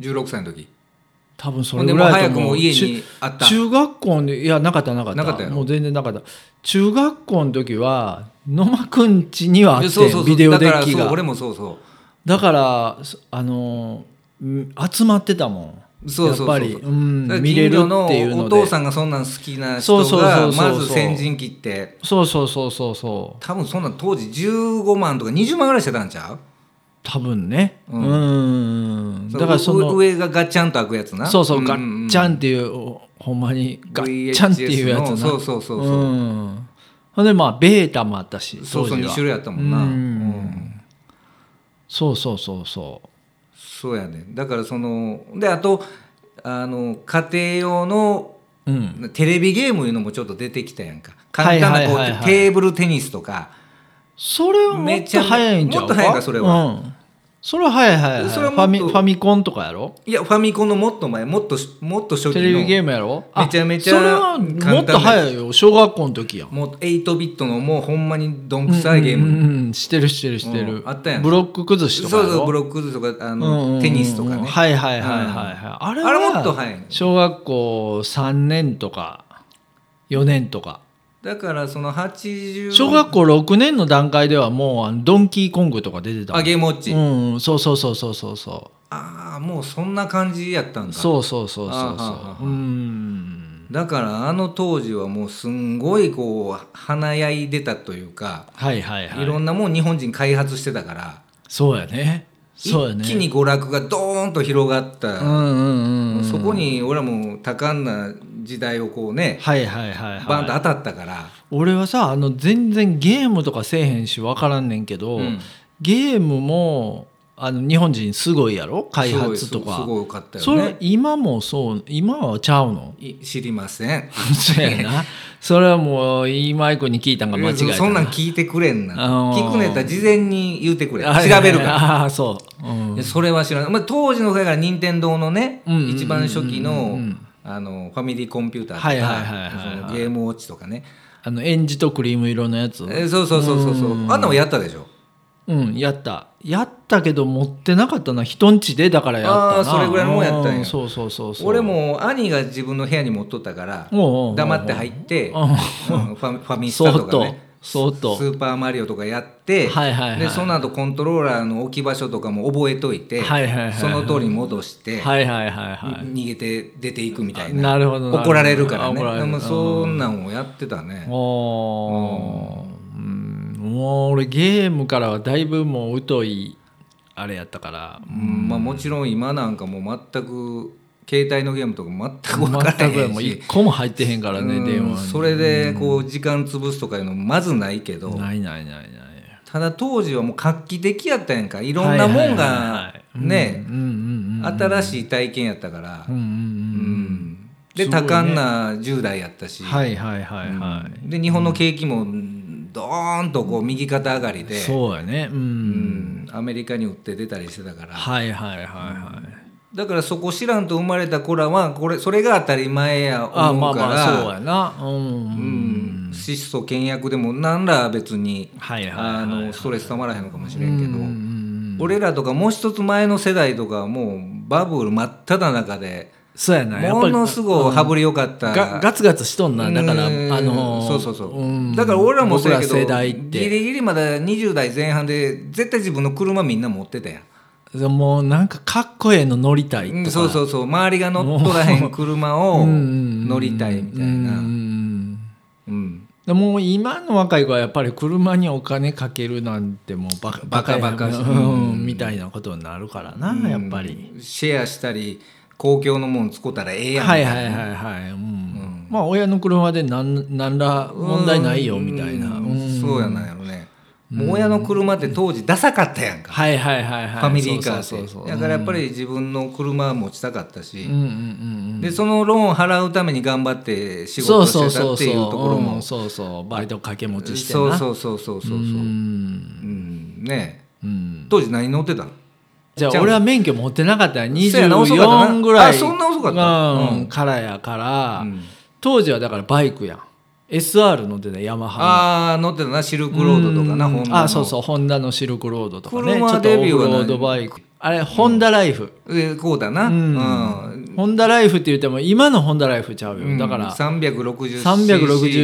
[SPEAKER 2] 16歳の時
[SPEAKER 1] 多分そ
[SPEAKER 2] ほ
[SPEAKER 1] れ
[SPEAKER 2] ん
[SPEAKER 1] ぐ
[SPEAKER 2] でもう
[SPEAKER 1] らいだ
[SPEAKER 2] 早
[SPEAKER 1] と
[SPEAKER 2] く
[SPEAKER 1] 思
[SPEAKER 2] も
[SPEAKER 1] う
[SPEAKER 2] う家
[SPEAKER 1] ち
[SPEAKER 2] にあった
[SPEAKER 1] 中学校にいやなかったなかった
[SPEAKER 2] なかったやろ
[SPEAKER 1] もう全然なかった中学校の時は野間くん家にはあって
[SPEAKER 2] そうそうそう
[SPEAKER 1] ビデオデッキ
[SPEAKER 2] だから
[SPEAKER 1] が
[SPEAKER 2] そう俺もそうそう
[SPEAKER 1] だからそあのん集まってたもん
[SPEAKER 2] そうそうそう
[SPEAKER 1] やっぱり、うん、
[SPEAKER 2] だから
[SPEAKER 1] 見れ
[SPEAKER 2] 近
[SPEAKER 1] る
[SPEAKER 2] 所
[SPEAKER 1] っていう
[SPEAKER 2] の
[SPEAKER 1] の
[SPEAKER 2] お
[SPEAKER 1] で
[SPEAKER 2] 父さんがそんなん好きな人
[SPEAKER 1] そうそうそ
[SPEAKER 2] が
[SPEAKER 1] うそう
[SPEAKER 2] まず先陣切って
[SPEAKER 1] そうそうそうそうそう
[SPEAKER 2] 多分そんなん当時15万とか20万ぐらいしてたんちゃう
[SPEAKER 1] 多分ねう
[SPEAKER 2] うんん
[SPEAKER 1] だからそ
[SPEAKER 2] の
[SPEAKER 1] の
[SPEAKER 2] 上がガッチャンと開くやつな
[SPEAKER 1] そうそうガ
[SPEAKER 2] んん
[SPEAKER 1] ッ
[SPEAKER 2] ん
[SPEAKER 1] チャンっていうほんまにガッチャンっていうやつ
[SPEAKER 2] VHS
[SPEAKER 1] な
[SPEAKER 2] のそうそうそうそううん
[SPEAKER 1] ほんでまあベータもあったし
[SPEAKER 2] そうそ
[SPEAKER 1] 当時
[SPEAKER 2] う2
[SPEAKER 1] は
[SPEAKER 2] 種類やったもんな
[SPEAKER 1] う
[SPEAKER 2] うんん
[SPEAKER 1] そうそうそうそう
[SPEAKER 2] そうやねだからそのであとあの家庭用の
[SPEAKER 1] うん、
[SPEAKER 2] テレビゲームいうのもちょっと出てきたやんか
[SPEAKER 1] は
[SPEAKER 2] 簡
[SPEAKER 1] い
[SPEAKER 2] 単
[SPEAKER 1] は
[SPEAKER 2] ないこう
[SPEAKER 1] はいはい
[SPEAKER 2] テーブルテニスとか
[SPEAKER 1] それはもっと早いんちゃう
[SPEAKER 2] めっちゃ早いもっと早いかそれは
[SPEAKER 1] うん、それは早い早い早い
[SPEAKER 2] それは
[SPEAKER 1] フ
[SPEAKER 2] も
[SPEAKER 1] ァ
[SPEAKER 2] っと
[SPEAKER 1] ミファミコンとかやろ
[SPEAKER 2] いやファミコンのもっと前もっともっと初期
[SPEAKER 1] テ
[SPEAKER 2] の
[SPEAKER 1] レビゲームやろあ
[SPEAKER 2] めちゃめちゃ
[SPEAKER 1] それはもっと早いよ小学校の時やん
[SPEAKER 2] もう8ビットのもうほんまにどんくさいゲーム、
[SPEAKER 1] うんうんうんしてるしてるしてる、
[SPEAKER 2] うんあったやん
[SPEAKER 1] ブロック崩し
[SPEAKER 2] そ
[SPEAKER 1] とか
[SPEAKER 2] う
[SPEAKER 1] やろ
[SPEAKER 2] そうブロック崩しとかあ
[SPEAKER 1] うんうんうんう
[SPEAKER 2] の
[SPEAKER 1] ん
[SPEAKER 2] テニスとかね、
[SPEAKER 1] はいはいはいはいはい、あれは
[SPEAKER 2] あれもっと早いの
[SPEAKER 1] 小学校3年とか4年とか
[SPEAKER 2] だからその80
[SPEAKER 1] 小学校6年の段階ではもうあのドンキーコングとか出てたも
[SPEAKER 2] あ
[SPEAKER 1] ん
[SPEAKER 2] ゲームウォッチ、
[SPEAKER 1] うんそうそうそうそうそうそう
[SPEAKER 2] ああもうそんな感じやったんだ
[SPEAKER 1] そうそうそうそう
[SPEAKER 2] あはは
[SPEAKER 1] そ
[SPEAKER 2] は
[SPEAKER 1] ううん
[SPEAKER 2] だからあの当時はもうすんごいこう華やいでたというか、
[SPEAKER 1] はいはいはい
[SPEAKER 2] い、ろんなもん日本人開発してたから
[SPEAKER 1] そうやねそうやね
[SPEAKER 2] 一気に娯楽がドーンと広がっ
[SPEAKER 1] うん
[SPEAKER 2] た、
[SPEAKER 1] うんうんうん
[SPEAKER 2] そこに俺らも多感な時代をこうね
[SPEAKER 1] はいはいはいはい
[SPEAKER 2] バンと当たったから、
[SPEAKER 1] 俺はさあの全然ゲームとかせえへんし分からんねんけど、
[SPEAKER 2] うん
[SPEAKER 1] ゲームもあの日本人すごいやろ開発とか
[SPEAKER 2] すごいすごい多かったよね
[SPEAKER 1] それ今もそう今はちゃうの
[SPEAKER 2] い知りません
[SPEAKER 1] そうやなそれはもうイマイクに聞いたんが間違い
[SPEAKER 2] そんなん聞いてくれんな
[SPEAKER 1] あのー
[SPEAKER 2] 聞くねたら事前に言うてくれ調べるから
[SPEAKER 1] ああそう、うん
[SPEAKER 2] でそれは知らない、まあ、当時のだから任天堂のね
[SPEAKER 1] うんうんうんうん
[SPEAKER 2] 一番初期のあのファミリーコンピューターとか
[SPEAKER 1] はいはいはいはいはい
[SPEAKER 2] そのゲームウォッチとかね
[SPEAKER 1] あのエンジとクリーム色のやつ
[SPEAKER 2] えそうそうそうそうそうあんなもんやったでしょ
[SPEAKER 1] うんやったやったけど持ってなかったな人んちでだからやったな
[SPEAKER 2] あーそれぐらいのもんやったんや
[SPEAKER 1] うそうそうそうそう
[SPEAKER 2] 俺も兄が自分の部屋に持っとったから
[SPEAKER 1] おうおうおう
[SPEAKER 2] 黙って入って
[SPEAKER 1] おう
[SPEAKER 2] あのファファミスタとかね
[SPEAKER 1] そーっとそ
[SPEAKER 2] スーパーマリオとかやって、
[SPEAKER 1] はいはいはい
[SPEAKER 2] でその後コントローラーの置き場所とかも覚えといて、
[SPEAKER 1] はいはいはいはい
[SPEAKER 2] その通りに戻して、
[SPEAKER 1] はいはいはいはい
[SPEAKER 2] 逃げて出ていくみたいな
[SPEAKER 1] なるほどなるほど
[SPEAKER 2] 怒られるからね
[SPEAKER 1] 怒られる
[SPEAKER 2] でもそんなんをやってたね
[SPEAKER 1] おーうんもう俺ゲームからはだいぶもう疎いあれやったから
[SPEAKER 2] うんまあ、もちろん今なんかもう全く携帯のゲームとか全く分から
[SPEAKER 1] 全
[SPEAKER 2] へ
[SPEAKER 1] く
[SPEAKER 2] ん
[SPEAKER 1] もう
[SPEAKER 2] し
[SPEAKER 1] 一個も入ってへんからね
[SPEAKER 2] うん
[SPEAKER 1] 電話に
[SPEAKER 2] それでこう時間潰すとかいうのもまずないけど
[SPEAKER 1] ないないないない
[SPEAKER 2] ただ当時はもう画期的やったやんかいろんなもんがね
[SPEAKER 1] うんうんうん
[SPEAKER 2] 新しい体験やったから、
[SPEAKER 1] うんうんうん
[SPEAKER 2] うんで多感な10代やったし、
[SPEAKER 1] はいはいはいはい、
[SPEAKER 2] で日本の景気もドーンとこう右肩上がりで、
[SPEAKER 1] そうやねうん、
[SPEAKER 2] うんアメリカに売って出たりしてたから
[SPEAKER 1] はいはいはいはい、
[SPEAKER 2] だからそこ知らんと生まれた子らはこれそれが当たり前や
[SPEAKER 1] あま
[SPEAKER 2] 思
[SPEAKER 1] あ
[SPEAKER 2] うか
[SPEAKER 1] まあそう
[SPEAKER 2] ら
[SPEAKER 1] やなうん、う、
[SPEAKER 2] うんん質素倹約でもなんら別に
[SPEAKER 1] はいはいはい
[SPEAKER 2] あのストレスたまらへんのかもしれんけど
[SPEAKER 1] うんうん
[SPEAKER 2] 俺らとかもう一つ前の世代とかはもうバブル真っ只中で
[SPEAKER 1] そうやなやっぱ
[SPEAKER 2] も
[SPEAKER 1] り
[SPEAKER 2] のすごい羽振り良かった
[SPEAKER 1] ガガツガツしとんなだからあ
[SPEAKER 2] うん
[SPEAKER 1] のー
[SPEAKER 2] そうそうそう、
[SPEAKER 1] ん
[SPEAKER 2] だから俺らもそうやけど
[SPEAKER 1] 僕ら世代っ
[SPEAKER 2] ギ
[SPEAKER 1] て
[SPEAKER 2] リギリまだ20代前半で絶対自分の車みんな持ってたやん
[SPEAKER 1] もうなんかかっこええの乗りたいと
[SPEAKER 2] うん
[SPEAKER 1] か
[SPEAKER 2] そうそうそう周りが乗っとらへん車を乗りたいみたい
[SPEAKER 1] うんう
[SPEAKER 2] な、
[SPEAKER 1] ん
[SPEAKER 2] うん、
[SPEAKER 1] でもう今の若い子はやっぱり車にお金かけるなんてもうバカ
[SPEAKER 2] バカバカし
[SPEAKER 1] うん、みたいなことになるからな、やっぱり
[SPEAKER 2] シェアしたり公共のもん使ったらええやん
[SPEAKER 1] はいはいはいはい、うんまあ親の車でなんなんら問題ないよみたいな、
[SPEAKER 2] う
[SPEAKER 1] うん
[SPEAKER 2] んそうやなんやろね、もう親の車って当時ダサかったやんか、
[SPEAKER 1] はいはいはいはい
[SPEAKER 2] ファミリーカーって
[SPEAKER 1] そうそうそうそう
[SPEAKER 2] だからやっぱり自分の車は持ちたかったし、
[SPEAKER 1] うんうんうんうん
[SPEAKER 2] でそのローンを払うために頑張って仕事をしてたっていうところも
[SPEAKER 1] そうそうそう,、うん、そうそうバイト掛け持ちしてな
[SPEAKER 2] そうそうそうそうそうそう
[SPEAKER 1] うん
[SPEAKER 2] うんね
[SPEAKER 1] うん
[SPEAKER 2] 当時何乗ってたの
[SPEAKER 1] じゃ
[SPEAKER 2] ちゃ
[SPEAKER 1] あ
[SPEAKER 2] う
[SPEAKER 1] 俺は免許持ってなかったよ
[SPEAKER 2] そうやな遅かったな
[SPEAKER 1] 24ぐらい
[SPEAKER 2] あそんな遅かった
[SPEAKER 1] うん
[SPEAKER 2] うん
[SPEAKER 1] からやから、
[SPEAKER 2] うん
[SPEAKER 1] 当時はだからバイクやん SR 乗ってたヤマハ
[SPEAKER 2] ああ乗ってたなシルクロードとかな
[SPEAKER 1] うん
[SPEAKER 2] ホンダの
[SPEAKER 1] あそうそうホンダのシルクロードとかねちょっ
[SPEAKER 2] 車
[SPEAKER 1] と
[SPEAKER 2] デ
[SPEAKER 1] オ
[SPEAKER 2] ビュー
[SPEAKER 1] フ
[SPEAKER 2] は
[SPEAKER 1] ロ
[SPEAKER 2] ない
[SPEAKER 1] ードバイクあれホンダライフ、
[SPEAKER 2] えこうだなうん
[SPEAKER 1] ホンダライフって言っても今のホンダライフちゃうよ、
[SPEAKER 2] うん
[SPEAKER 1] だから
[SPEAKER 2] 360cc の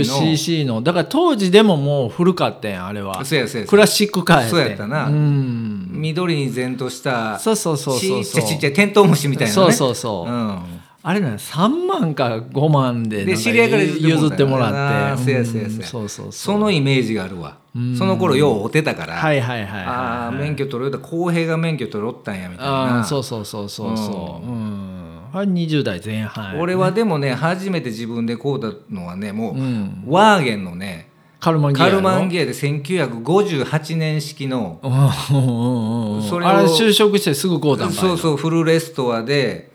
[SPEAKER 1] 360cc のだから当時でももう古かったやんあれは
[SPEAKER 2] そうやそうや
[SPEAKER 1] クラシックカーや
[SPEAKER 2] そうやったな
[SPEAKER 1] うん
[SPEAKER 2] 緑に前とした
[SPEAKER 1] そうそうそうそう
[SPEAKER 2] ち
[SPEAKER 1] そ
[SPEAKER 2] っち
[SPEAKER 1] う
[SPEAKER 2] ゃいちっちゃいテントウムシみたいなね
[SPEAKER 1] そうそうそう
[SPEAKER 2] うん
[SPEAKER 1] あれなん3万か5万でなん
[SPEAKER 2] で知り合いから譲
[SPEAKER 1] 譲
[SPEAKER 2] っ
[SPEAKER 1] ってて
[SPEAKER 2] も
[SPEAKER 1] も
[SPEAKER 2] らったよ
[SPEAKER 1] ら
[SPEAKER 2] あ
[SPEAKER 1] っ
[SPEAKER 2] ー
[SPEAKER 1] て
[SPEAKER 2] そうやそうや
[SPEAKER 1] ん
[SPEAKER 2] そ
[SPEAKER 1] そ
[SPEAKER 2] うや
[SPEAKER 1] うそうそう
[SPEAKER 2] そのイメージがあるわその頃よう追ってたから
[SPEAKER 1] はいはいはいはい
[SPEAKER 2] ああ免許取れた公平が免許取ろったんやみたい
[SPEAKER 1] あ
[SPEAKER 2] な
[SPEAKER 1] ーそうそうそうそうそううんあれ20代前半
[SPEAKER 2] 俺はでもね初めて自分でこうだのはねもう、
[SPEAKER 1] うん
[SPEAKER 2] ワーゲンのね
[SPEAKER 1] カルマンギア
[SPEAKER 2] カ
[SPEAKER 1] やろ
[SPEAKER 2] ルマンギアで1958年式の
[SPEAKER 1] うんうんうんうん
[SPEAKER 2] それを
[SPEAKER 1] あれ就職してすぐこうたんかい
[SPEAKER 2] そうそうフルレストアで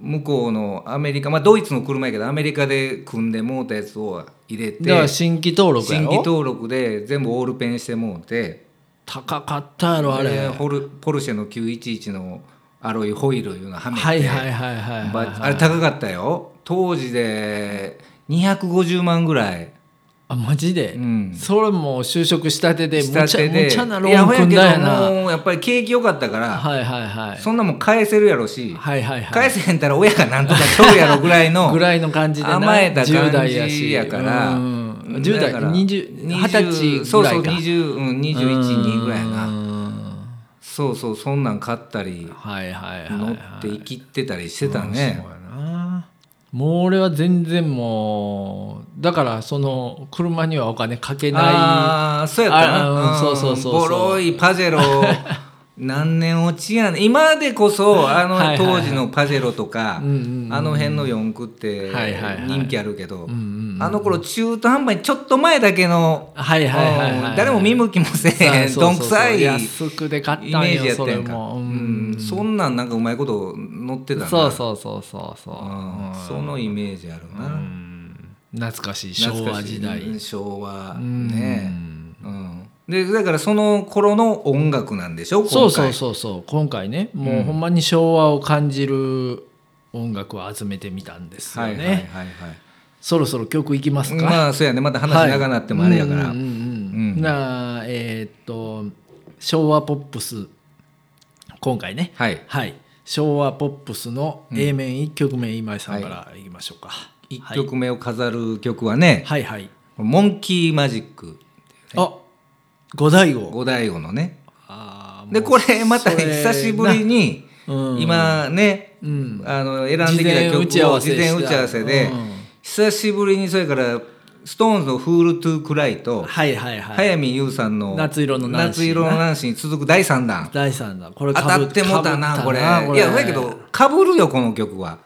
[SPEAKER 2] 向こうのアメリカまあドイツの車やけどアメリカで組んでもうたやつを入れ
[SPEAKER 1] だか
[SPEAKER 2] て
[SPEAKER 1] ら新規登録や
[SPEAKER 2] 新
[SPEAKER 1] ろ
[SPEAKER 2] 規登録で全部オールペンしてもうて
[SPEAKER 1] 高かったやろあれ、
[SPEAKER 2] でホルポルシェの911のアロイホイールいうのはめて、
[SPEAKER 1] はいはいはいはいはい、
[SPEAKER 2] ばあれ高かったよ当時で250万ぐらい、
[SPEAKER 1] あマジで、
[SPEAKER 2] うん、
[SPEAKER 1] それも就職したてでむ
[SPEAKER 2] し
[SPEAKER 1] ちゃ
[SPEAKER 2] たてで
[SPEAKER 1] むちゃなローン組んだよな
[SPEAKER 2] やほやけどもうやっぱり景気良かったから、
[SPEAKER 1] はいはいはい
[SPEAKER 2] そんなもん返せるやろし、
[SPEAKER 1] はいはいはい
[SPEAKER 2] 返せへんたら親がなんとか取るやろぐらいの
[SPEAKER 1] ぐらいの感じでな
[SPEAKER 2] 甘えた
[SPEAKER 1] 10
[SPEAKER 2] 感
[SPEAKER 1] 代やし
[SPEAKER 2] じやから
[SPEAKER 1] うん10代
[SPEAKER 2] だから
[SPEAKER 1] 20 20歳
[SPEAKER 2] そう
[SPEAKER 1] ぐら
[SPEAKER 2] そう
[SPEAKER 1] いか
[SPEAKER 2] 20うん212ぐらいや
[SPEAKER 1] う
[SPEAKER 2] なんそうそうそんなん買ったり
[SPEAKER 1] はいはいはい
[SPEAKER 2] 乗って生きてたりしてたね
[SPEAKER 1] そうやなもう俺は全然もうだからその車にはお金かけない
[SPEAKER 2] ああそうやったな
[SPEAKER 1] あうんそうそうそうそ
[SPEAKER 2] ボ
[SPEAKER 1] う
[SPEAKER 2] ロいパ ジェロ何年落ちやねん今でこそあの
[SPEAKER 1] はいはい
[SPEAKER 2] 当時のパジェロとかあ
[SPEAKER 1] うんうんうん
[SPEAKER 2] の辺の四駆って
[SPEAKER 1] はいはいはい
[SPEAKER 2] 人気あるけど
[SPEAKER 1] うんうんうん
[SPEAKER 2] あの頃中途半端にちょっと前だけの、
[SPEAKER 1] はいはいはい、は
[SPEAKER 2] うん
[SPEAKER 1] い、
[SPEAKER 2] 誰も見向きもせ
[SPEAKER 1] そう
[SPEAKER 2] えへん
[SPEAKER 1] そうそう
[SPEAKER 2] どんくさいイメ
[SPEAKER 1] 安くで買ったんよ
[SPEAKER 2] ージやった
[SPEAKER 1] それ
[SPEAKER 2] やんか
[SPEAKER 1] も、
[SPEAKER 2] う
[SPEAKER 1] うんん、
[SPEAKER 2] そんなんなんかうまいこと乗ってたな
[SPEAKER 1] そうそうそうそうそう、
[SPEAKER 2] うん
[SPEAKER 1] うん
[SPEAKER 2] そのイメージある
[SPEAKER 1] う
[SPEAKER 2] なん
[SPEAKER 1] 懐かしい昭
[SPEAKER 2] 懐か
[SPEAKER 1] 和
[SPEAKER 2] しい
[SPEAKER 1] 時代
[SPEAKER 2] うん昭和
[SPEAKER 1] うん
[SPEAKER 2] ねうんでだからその頃の音楽なんでしょ今回
[SPEAKER 1] そうそうそうそう今回ねもうほんまに昭和を感じる音楽を集めてみたんですよ
[SPEAKER 2] は
[SPEAKER 1] ね、
[SPEAKER 2] いはいはいはい
[SPEAKER 1] そろそろ曲いきますか、
[SPEAKER 2] まあそうやねまた話長なってもあれやから、
[SPEAKER 1] はいうんうんうん
[SPEAKER 2] うん
[SPEAKER 1] なあえーっと昭和ポップス今回ね
[SPEAKER 2] はい
[SPEAKER 1] はい昭和ポップスの A 面1曲目、今井さんからいきましょうか、
[SPEAKER 2] 1曲目を飾る曲はね、
[SPEAKER 1] はいはい、
[SPEAKER 2] モンキーマジック
[SPEAKER 1] あ五大悟
[SPEAKER 2] 五大悟のね
[SPEAKER 1] あー
[SPEAKER 2] で
[SPEAKER 1] もう
[SPEAKER 2] これまた
[SPEAKER 1] それな
[SPEAKER 2] 久しぶりに
[SPEAKER 1] うん
[SPEAKER 2] 今ね、
[SPEAKER 1] うん
[SPEAKER 2] あの選んできた曲を
[SPEAKER 1] 事前打ち合わせした
[SPEAKER 2] 事前打ち合わせで、
[SPEAKER 1] うん
[SPEAKER 2] 久しぶりにそれからストーンズの「フール・トゥ・クライ」と、
[SPEAKER 1] はいはいはい
[SPEAKER 2] 早見優さんの「
[SPEAKER 1] 夏色のナンシー
[SPEAKER 2] 夏色のナンシーに続く第3弾
[SPEAKER 1] 第三弾これ
[SPEAKER 2] 当
[SPEAKER 1] か
[SPEAKER 2] た
[SPEAKER 1] ぶ
[SPEAKER 2] ってもうた
[SPEAKER 1] か
[SPEAKER 2] な
[SPEAKER 1] ぶ
[SPEAKER 2] こ
[SPEAKER 1] っ
[SPEAKER 2] れ
[SPEAKER 1] たない
[SPEAKER 2] やだけどかぶるよこの曲は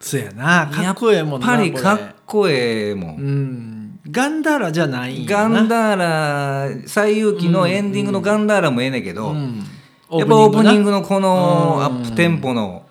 [SPEAKER 1] そうやなかっこええもんな
[SPEAKER 2] やっぱりかっ
[SPEAKER 1] これ
[SPEAKER 2] こええもん
[SPEAKER 1] うんガンダーラじゃないんや
[SPEAKER 2] ガ
[SPEAKER 1] な
[SPEAKER 2] ンダーラ西遊記のエンディングのガンダーラもええねんけど、
[SPEAKER 1] うん
[SPEAKER 2] やっぱオープニング
[SPEAKER 1] な
[SPEAKER 2] のこのアップテンポの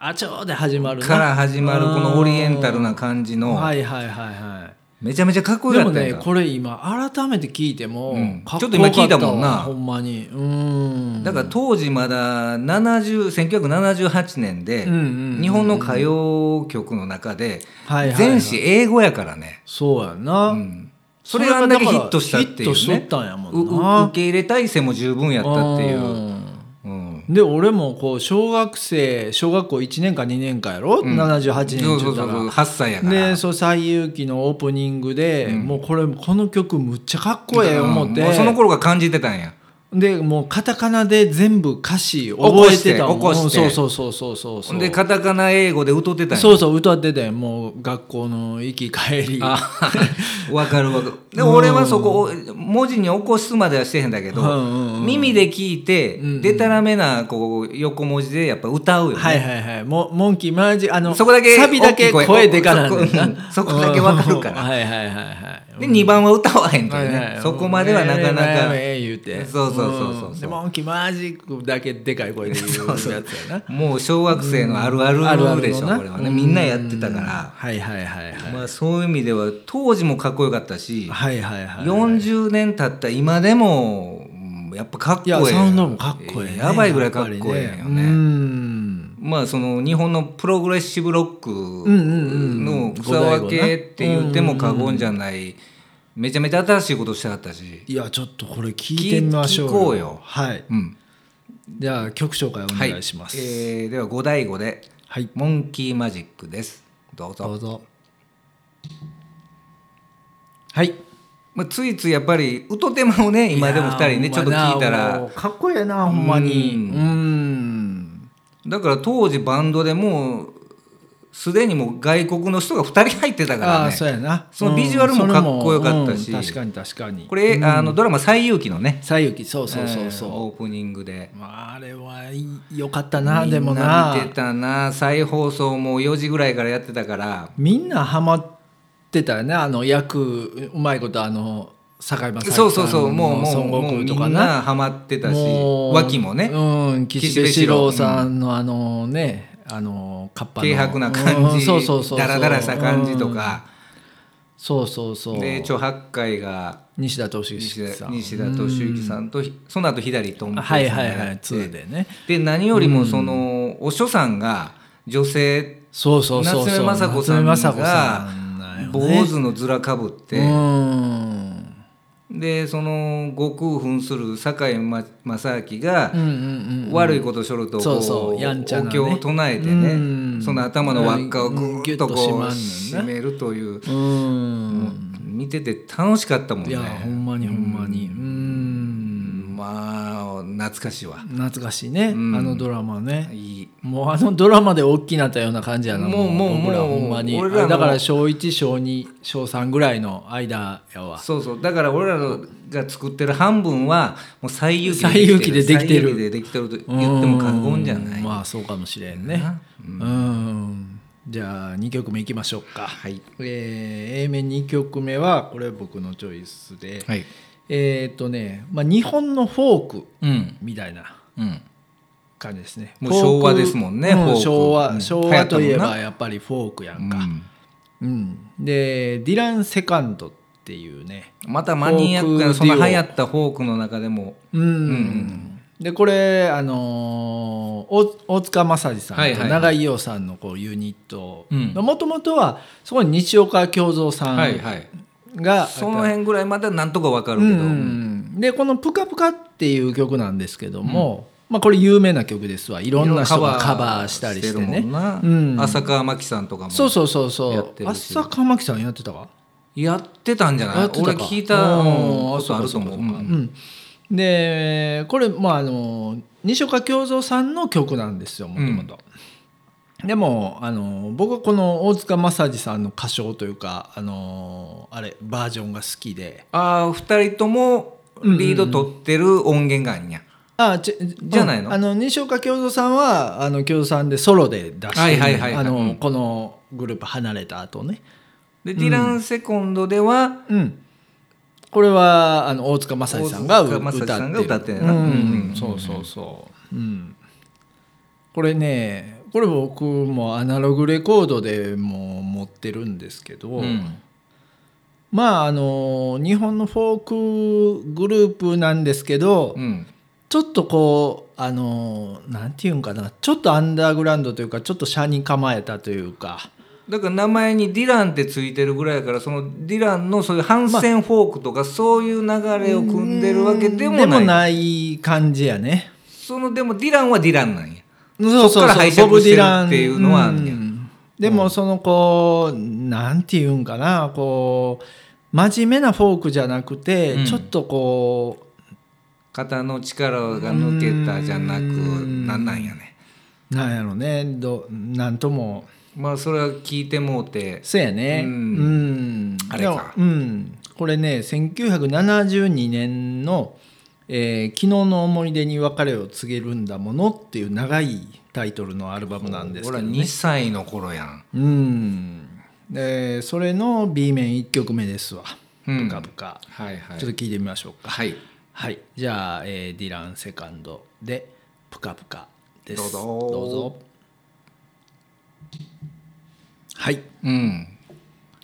[SPEAKER 1] あちょうで始まるな
[SPEAKER 2] から始まるこのオリエンタルな感じ
[SPEAKER 1] うんは
[SPEAKER 2] の
[SPEAKER 1] いはいはいは
[SPEAKER 2] めちゃめちゃかっこ
[SPEAKER 1] い
[SPEAKER 2] よ
[SPEAKER 1] でも
[SPEAKER 2] かった
[SPEAKER 1] ね
[SPEAKER 2] やんか
[SPEAKER 1] これ今改めて聞いても、
[SPEAKER 2] うん
[SPEAKER 1] かっ
[SPEAKER 2] ち
[SPEAKER 1] こ
[SPEAKER 2] ょっ
[SPEAKER 1] よか
[SPEAKER 2] と今
[SPEAKER 1] った
[SPEAKER 2] 聞いたもんな
[SPEAKER 1] わほんまにうん
[SPEAKER 2] だから当時まだ70 1978年で
[SPEAKER 1] うんうんうん
[SPEAKER 2] 日本の歌謡曲の中で
[SPEAKER 1] はいはいはい
[SPEAKER 2] 全詞英語やからね
[SPEAKER 1] そうやな、
[SPEAKER 2] うんそれがあんだけヒットしたってい
[SPEAKER 1] ヒットしと
[SPEAKER 2] う
[SPEAKER 1] っ
[SPEAKER 2] ね
[SPEAKER 1] たんやも
[SPEAKER 2] うんう
[SPEAKER 1] な
[SPEAKER 2] 受け入れ体制も十分やったっていううんうん
[SPEAKER 1] で俺もこう小学生小学校1年か2年かやろ、
[SPEAKER 2] ん
[SPEAKER 1] 78年
[SPEAKER 2] そう
[SPEAKER 1] ちゅ
[SPEAKER 2] そう
[SPEAKER 1] う
[SPEAKER 2] そ
[SPEAKER 1] た
[SPEAKER 2] う
[SPEAKER 1] ら
[SPEAKER 2] そう8歳やから
[SPEAKER 1] でそう「西遊記」のオープニングで、もうこれこの曲むっちゃかっこええ思って、
[SPEAKER 2] うんもうその頃が感じてたんや
[SPEAKER 1] でもうカタカナで全部歌詞覚えてたもん
[SPEAKER 2] 起こして起
[SPEAKER 1] うん
[SPEAKER 2] こして
[SPEAKER 1] そうそうそうそうそう
[SPEAKER 2] でカタカナ英語で歌ってたんや
[SPEAKER 1] そうそう歌ってたよもう学校の行き帰り
[SPEAKER 2] あ わかるわかるで俺はそこ文字に起こすまではしてへんだけど、
[SPEAKER 1] うんうんうん
[SPEAKER 2] 耳で聞いて、
[SPEAKER 1] うんうん
[SPEAKER 2] でたらめなこう横文字でやっぱ歌うよね、
[SPEAKER 1] はいはいはいもモンキーマジあの
[SPEAKER 2] そこだけ
[SPEAKER 1] サビだけ
[SPEAKER 2] 大きい声
[SPEAKER 1] 声でかなんだよな
[SPEAKER 2] そ こうんそこだけわかるから
[SPEAKER 1] うんはいはいはいはい
[SPEAKER 2] で2番は歌わへんって
[SPEAKER 1] はいいう
[SPEAKER 2] ね、
[SPEAKER 1] はい
[SPEAKER 2] そこまではなかな
[SPEAKER 1] ええ
[SPEAKER 2] か、
[SPEAKER 1] ええええ言うて
[SPEAKER 2] そうそうそうそうそうん
[SPEAKER 1] でモンキーマジックだけでかい声で言うやつやな
[SPEAKER 2] もう小学生のあるある
[SPEAKER 1] あるある
[SPEAKER 2] でしょ、
[SPEAKER 1] のな
[SPEAKER 2] これはね
[SPEAKER 1] うん
[SPEAKER 2] みんなやってたから、
[SPEAKER 1] はいはいはいはい
[SPEAKER 2] まあ、そういう意味では当時もかっこよかったし、
[SPEAKER 1] はいはいはい
[SPEAKER 2] 40年経った今でもうんやっぱかっこ
[SPEAKER 1] い
[SPEAKER 2] ええ
[SPEAKER 1] やサウンドもかっこええね
[SPEAKER 2] やばいぐらいかっこええよね
[SPEAKER 1] やっぱりうん
[SPEAKER 2] まあその日本のプログレッシブロック
[SPEAKER 1] んうんうん
[SPEAKER 2] の草分けって言っても過言じゃないめちゃめちゃ新しいことしたかったし、
[SPEAKER 1] いやちょっとこれ聞いてみましょう
[SPEAKER 2] 聞聞こうよ
[SPEAKER 1] はい
[SPEAKER 2] うん
[SPEAKER 1] じゃあ曲紹介お
[SPEAKER 2] はい
[SPEAKER 1] 願いします
[SPEAKER 2] えーでは五第五で
[SPEAKER 1] はい
[SPEAKER 2] 「モンキーマジック」ですどうぞ
[SPEAKER 1] どうぞはい
[SPEAKER 2] まあ、ついついやっぱりうとてまをね今でも二人ねちょっと聞
[SPEAKER 1] ほ
[SPEAKER 2] いた
[SPEAKER 1] んまなもう
[SPEAKER 2] ら
[SPEAKER 1] かっこいいなほんまに
[SPEAKER 2] うん
[SPEAKER 1] うん
[SPEAKER 2] だから当時バンドでもうすでにもう外国の人が二人入ってたから
[SPEAKER 1] ああ
[SPEAKER 2] ね
[SPEAKER 1] そうやな
[SPEAKER 2] その
[SPEAKER 1] うん
[SPEAKER 2] ビジュアルもかっこよかったし
[SPEAKER 1] それもうん確かに確かに
[SPEAKER 2] これ、あのドラマ「西遊記」のね
[SPEAKER 1] 西遊記そうそうそう
[SPEAKER 2] えー
[SPEAKER 1] そ
[SPEAKER 2] オープニングで
[SPEAKER 1] うまああれはいいよかったなでも
[SPEAKER 2] みん
[SPEAKER 1] な
[SPEAKER 2] 見てたな再放送も4時ぐらいからやってたから
[SPEAKER 1] みんなハマってたよねあの役うまいことあの坂井正明さ
[SPEAKER 2] そ
[SPEAKER 1] ん
[SPEAKER 2] うそうそうもう
[SPEAKER 1] の
[SPEAKER 2] もう
[SPEAKER 1] 孫
[SPEAKER 2] も
[SPEAKER 1] 悟空
[SPEAKER 2] うみ
[SPEAKER 1] と
[SPEAKER 2] ん
[SPEAKER 1] か
[SPEAKER 2] な
[SPEAKER 1] な
[SPEAKER 2] ハマってたし
[SPEAKER 1] もう
[SPEAKER 2] 脇もね
[SPEAKER 1] うん、岸辺四
[SPEAKER 2] 岸辺四郎
[SPEAKER 1] 郎さんのあのね、あのカッパの
[SPEAKER 2] 軽薄な感
[SPEAKER 1] うん
[SPEAKER 2] じ
[SPEAKER 1] そうそうそうそう
[SPEAKER 2] ダラダラした感じと、か
[SPEAKER 1] うんそうそうそう
[SPEAKER 2] で著八戒が
[SPEAKER 1] 西田敏
[SPEAKER 2] 西
[SPEAKER 1] 行さ
[SPEAKER 2] 田
[SPEAKER 1] ん
[SPEAKER 2] 西田敏行さんとその後左とんぼ
[SPEAKER 1] はいはいはい2でね
[SPEAKER 2] で何よりもそのお所さんが女性
[SPEAKER 1] そうそうそうそう
[SPEAKER 2] 夏目雅子さん
[SPEAKER 1] 夏目雅子さんなんよね
[SPEAKER 2] 坊主の面かぶって
[SPEAKER 1] うん
[SPEAKER 2] でその悟空扮する堺ま正明が
[SPEAKER 1] うんうんうん
[SPEAKER 2] 悪いことしょると
[SPEAKER 1] そ
[SPEAKER 2] こ
[SPEAKER 1] うそうやんちゃな
[SPEAKER 2] お
[SPEAKER 1] ね
[SPEAKER 2] 経を唱えて
[SPEAKER 1] うん
[SPEAKER 2] ねその頭の輪っかを
[SPEAKER 1] う
[SPEAKER 2] ぐーっとこう
[SPEAKER 1] んギュッと締ま
[SPEAKER 2] 締
[SPEAKER 1] んねんな
[SPEAKER 2] めるという
[SPEAKER 1] うん
[SPEAKER 2] 見てて楽しかったもん
[SPEAKER 1] いやほ
[SPEAKER 2] ね
[SPEAKER 1] んまにほんまにうん
[SPEAKER 2] まあ懐かしいわ
[SPEAKER 1] 懐かしいね、
[SPEAKER 2] ん
[SPEAKER 1] あのドラマね
[SPEAKER 2] いい
[SPEAKER 1] もうあのドラマで大きなったような感じやな
[SPEAKER 2] もうもう
[SPEAKER 1] 僕ら
[SPEAKER 2] もう
[SPEAKER 1] ほんまに
[SPEAKER 2] 俺らの
[SPEAKER 1] あだから小1小2小3ぐらいの間やわ
[SPEAKER 2] そうそうだから俺らのが作ってる半分はもう西遊記
[SPEAKER 1] 西遊記でできてる
[SPEAKER 2] 西遊記でできてると言っても過言じゃな
[SPEAKER 1] う
[SPEAKER 2] い
[SPEAKER 1] んまあそうかもしれんねうんじゃあ2曲目いきましょうか、
[SPEAKER 2] はい
[SPEAKER 1] えー A 面2曲目はこれ僕のチョイスで、
[SPEAKER 2] はい
[SPEAKER 1] えっ、とね、まあ、日本のフォーク
[SPEAKER 2] うん
[SPEAKER 1] みたいな
[SPEAKER 2] うん
[SPEAKER 1] 感じですね
[SPEAKER 2] もう昭和ですもんね
[SPEAKER 1] フォーク
[SPEAKER 2] フォー
[SPEAKER 1] う昭
[SPEAKER 2] クうん
[SPEAKER 1] 和昭和といえ
[SPEAKER 2] 流行ったもん
[SPEAKER 1] ば
[SPEAKER 2] な
[SPEAKER 1] やっぱりフォークや
[SPEAKER 2] うん
[SPEAKER 1] か、
[SPEAKER 2] ん
[SPEAKER 1] うんでディラン・セカンドっていうね
[SPEAKER 2] またマニアック
[SPEAKER 1] フォー
[SPEAKER 2] な
[SPEAKER 1] ク
[SPEAKER 2] その
[SPEAKER 1] デュオ
[SPEAKER 2] 流行ったフォークの中でも
[SPEAKER 1] うん、
[SPEAKER 2] ん
[SPEAKER 1] でこれあのーお大塚正治さ
[SPEAKER 2] は
[SPEAKER 1] ん
[SPEAKER 2] い
[SPEAKER 1] と
[SPEAKER 2] はい
[SPEAKER 1] 永井陽さんのこうユニット
[SPEAKER 2] うん
[SPEAKER 1] もともとはそこに西岡京三さんが、
[SPEAKER 2] はいはいその辺ぐらいまではなんとかわかるけ
[SPEAKER 1] う
[SPEAKER 2] ど、
[SPEAKER 1] ん、でこの「ぷかぷか」っていう曲なんですけども、まあ、これ有名な曲ですわいろんな人がカバーしたりして
[SPEAKER 2] るもん
[SPEAKER 1] ね
[SPEAKER 2] な
[SPEAKER 1] うん
[SPEAKER 2] 浅川真紀さんとかも
[SPEAKER 1] そうそうそう
[SPEAKER 2] や
[SPEAKER 1] そ
[SPEAKER 2] って
[SPEAKER 1] う
[SPEAKER 2] るし
[SPEAKER 1] 浅川真紀さんやってたわ
[SPEAKER 2] やってたんじゃない
[SPEAKER 1] やってたか
[SPEAKER 2] 俺聞いた
[SPEAKER 1] うん
[SPEAKER 2] ことあると思う
[SPEAKER 1] そうかそうかそうかうんでこれまああの西岡京三さんの曲なんですよもともと。でもあの僕はこの大塚正治さんの歌唱というかあのあれバージョンが好きで
[SPEAKER 2] ああ二人ともリード取ってる音源があんや、
[SPEAKER 1] あち
[SPEAKER 2] じゃないの
[SPEAKER 1] あの西岡京三さんはあの京三さんでソロで出してる
[SPEAKER 2] はいはいはいはい
[SPEAKER 1] あの、
[SPEAKER 2] うん
[SPEAKER 1] このグループ離れた後ね、
[SPEAKER 2] でディランセコンドでは、
[SPEAKER 1] うん、これはあの大塚正治さんが
[SPEAKER 2] 大
[SPEAKER 1] 歌
[SPEAKER 2] 塚
[SPEAKER 1] って
[SPEAKER 2] 正治さんが
[SPEAKER 1] る
[SPEAKER 2] 歌ってる
[SPEAKER 1] う
[SPEAKER 2] なうんうんうん
[SPEAKER 1] ん、そうそうそう、うん、これねこれ僕もアナログレコードでもう持ってるんですけど、
[SPEAKER 2] うん
[SPEAKER 1] まああの日本のフォークグループなんですけど、
[SPEAKER 2] うん
[SPEAKER 1] ちょっとこうあのなんていうんかなちょっとアンダーグラウンドというかちょっと車に構えたというか
[SPEAKER 2] だから名前にディランってついてるぐらいやからそのディランのそういう反戦フォークとかそういう流れを組んでるわけでもな
[SPEAKER 1] で
[SPEAKER 2] い,、
[SPEAKER 1] もない感じやね
[SPEAKER 2] そのでもディランはディランなんや
[SPEAKER 1] そう
[SPEAKER 2] そっ
[SPEAKER 1] そう
[SPEAKER 2] から
[SPEAKER 1] そ
[SPEAKER 2] 拝
[SPEAKER 1] う
[SPEAKER 2] 借
[SPEAKER 1] ボブ・ディラン
[SPEAKER 2] してるっていうのはあんねや
[SPEAKER 1] んでもそのこうなんていうんかなこう真面目なフォークじゃなくて、
[SPEAKER 2] うん
[SPEAKER 1] ちょっとこ
[SPEAKER 2] 肩の力が抜けたじゃなく
[SPEAKER 1] うん
[SPEAKER 2] なんなんやね
[SPEAKER 1] うなんやろねどなんとも
[SPEAKER 2] まあそれは聞いてもうて
[SPEAKER 1] そうやね
[SPEAKER 2] う
[SPEAKER 1] うんん、
[SPEAKER 2] あれか
[SPEAKER 1] でもうん、これね1972年の、えー昨日の思い出に別れを告げるんだもの」っていう長いタイトルのアルバムなんです
[SPEAKER 2] ほ
[SPEAKER 1] け
[SPEAKER 2] ら
[SPEAKER 1] ど、
[SPEAKER 2] 2
[SPEAKER 1] ね、
[SPEAKER 2] 歳の頃やん
[SPEAKER 1] うんでそれの B 面1曲目ですわ「
[SPEAKER 2] うん
[SPEAKER 1] ブカブカ
[SPEAKER 2] はいは」い
[SPEAKER 1] ちょっと聞いてみましょうか
[SPEAKER 2] はい
[SPEAKER 1] はいじゃあ、えーディランセカンドで「プカプカ」です
[SPEAKER 2] どうぞ
[SPEAKER 1] どうぞはい
[SPEAKER 2] うん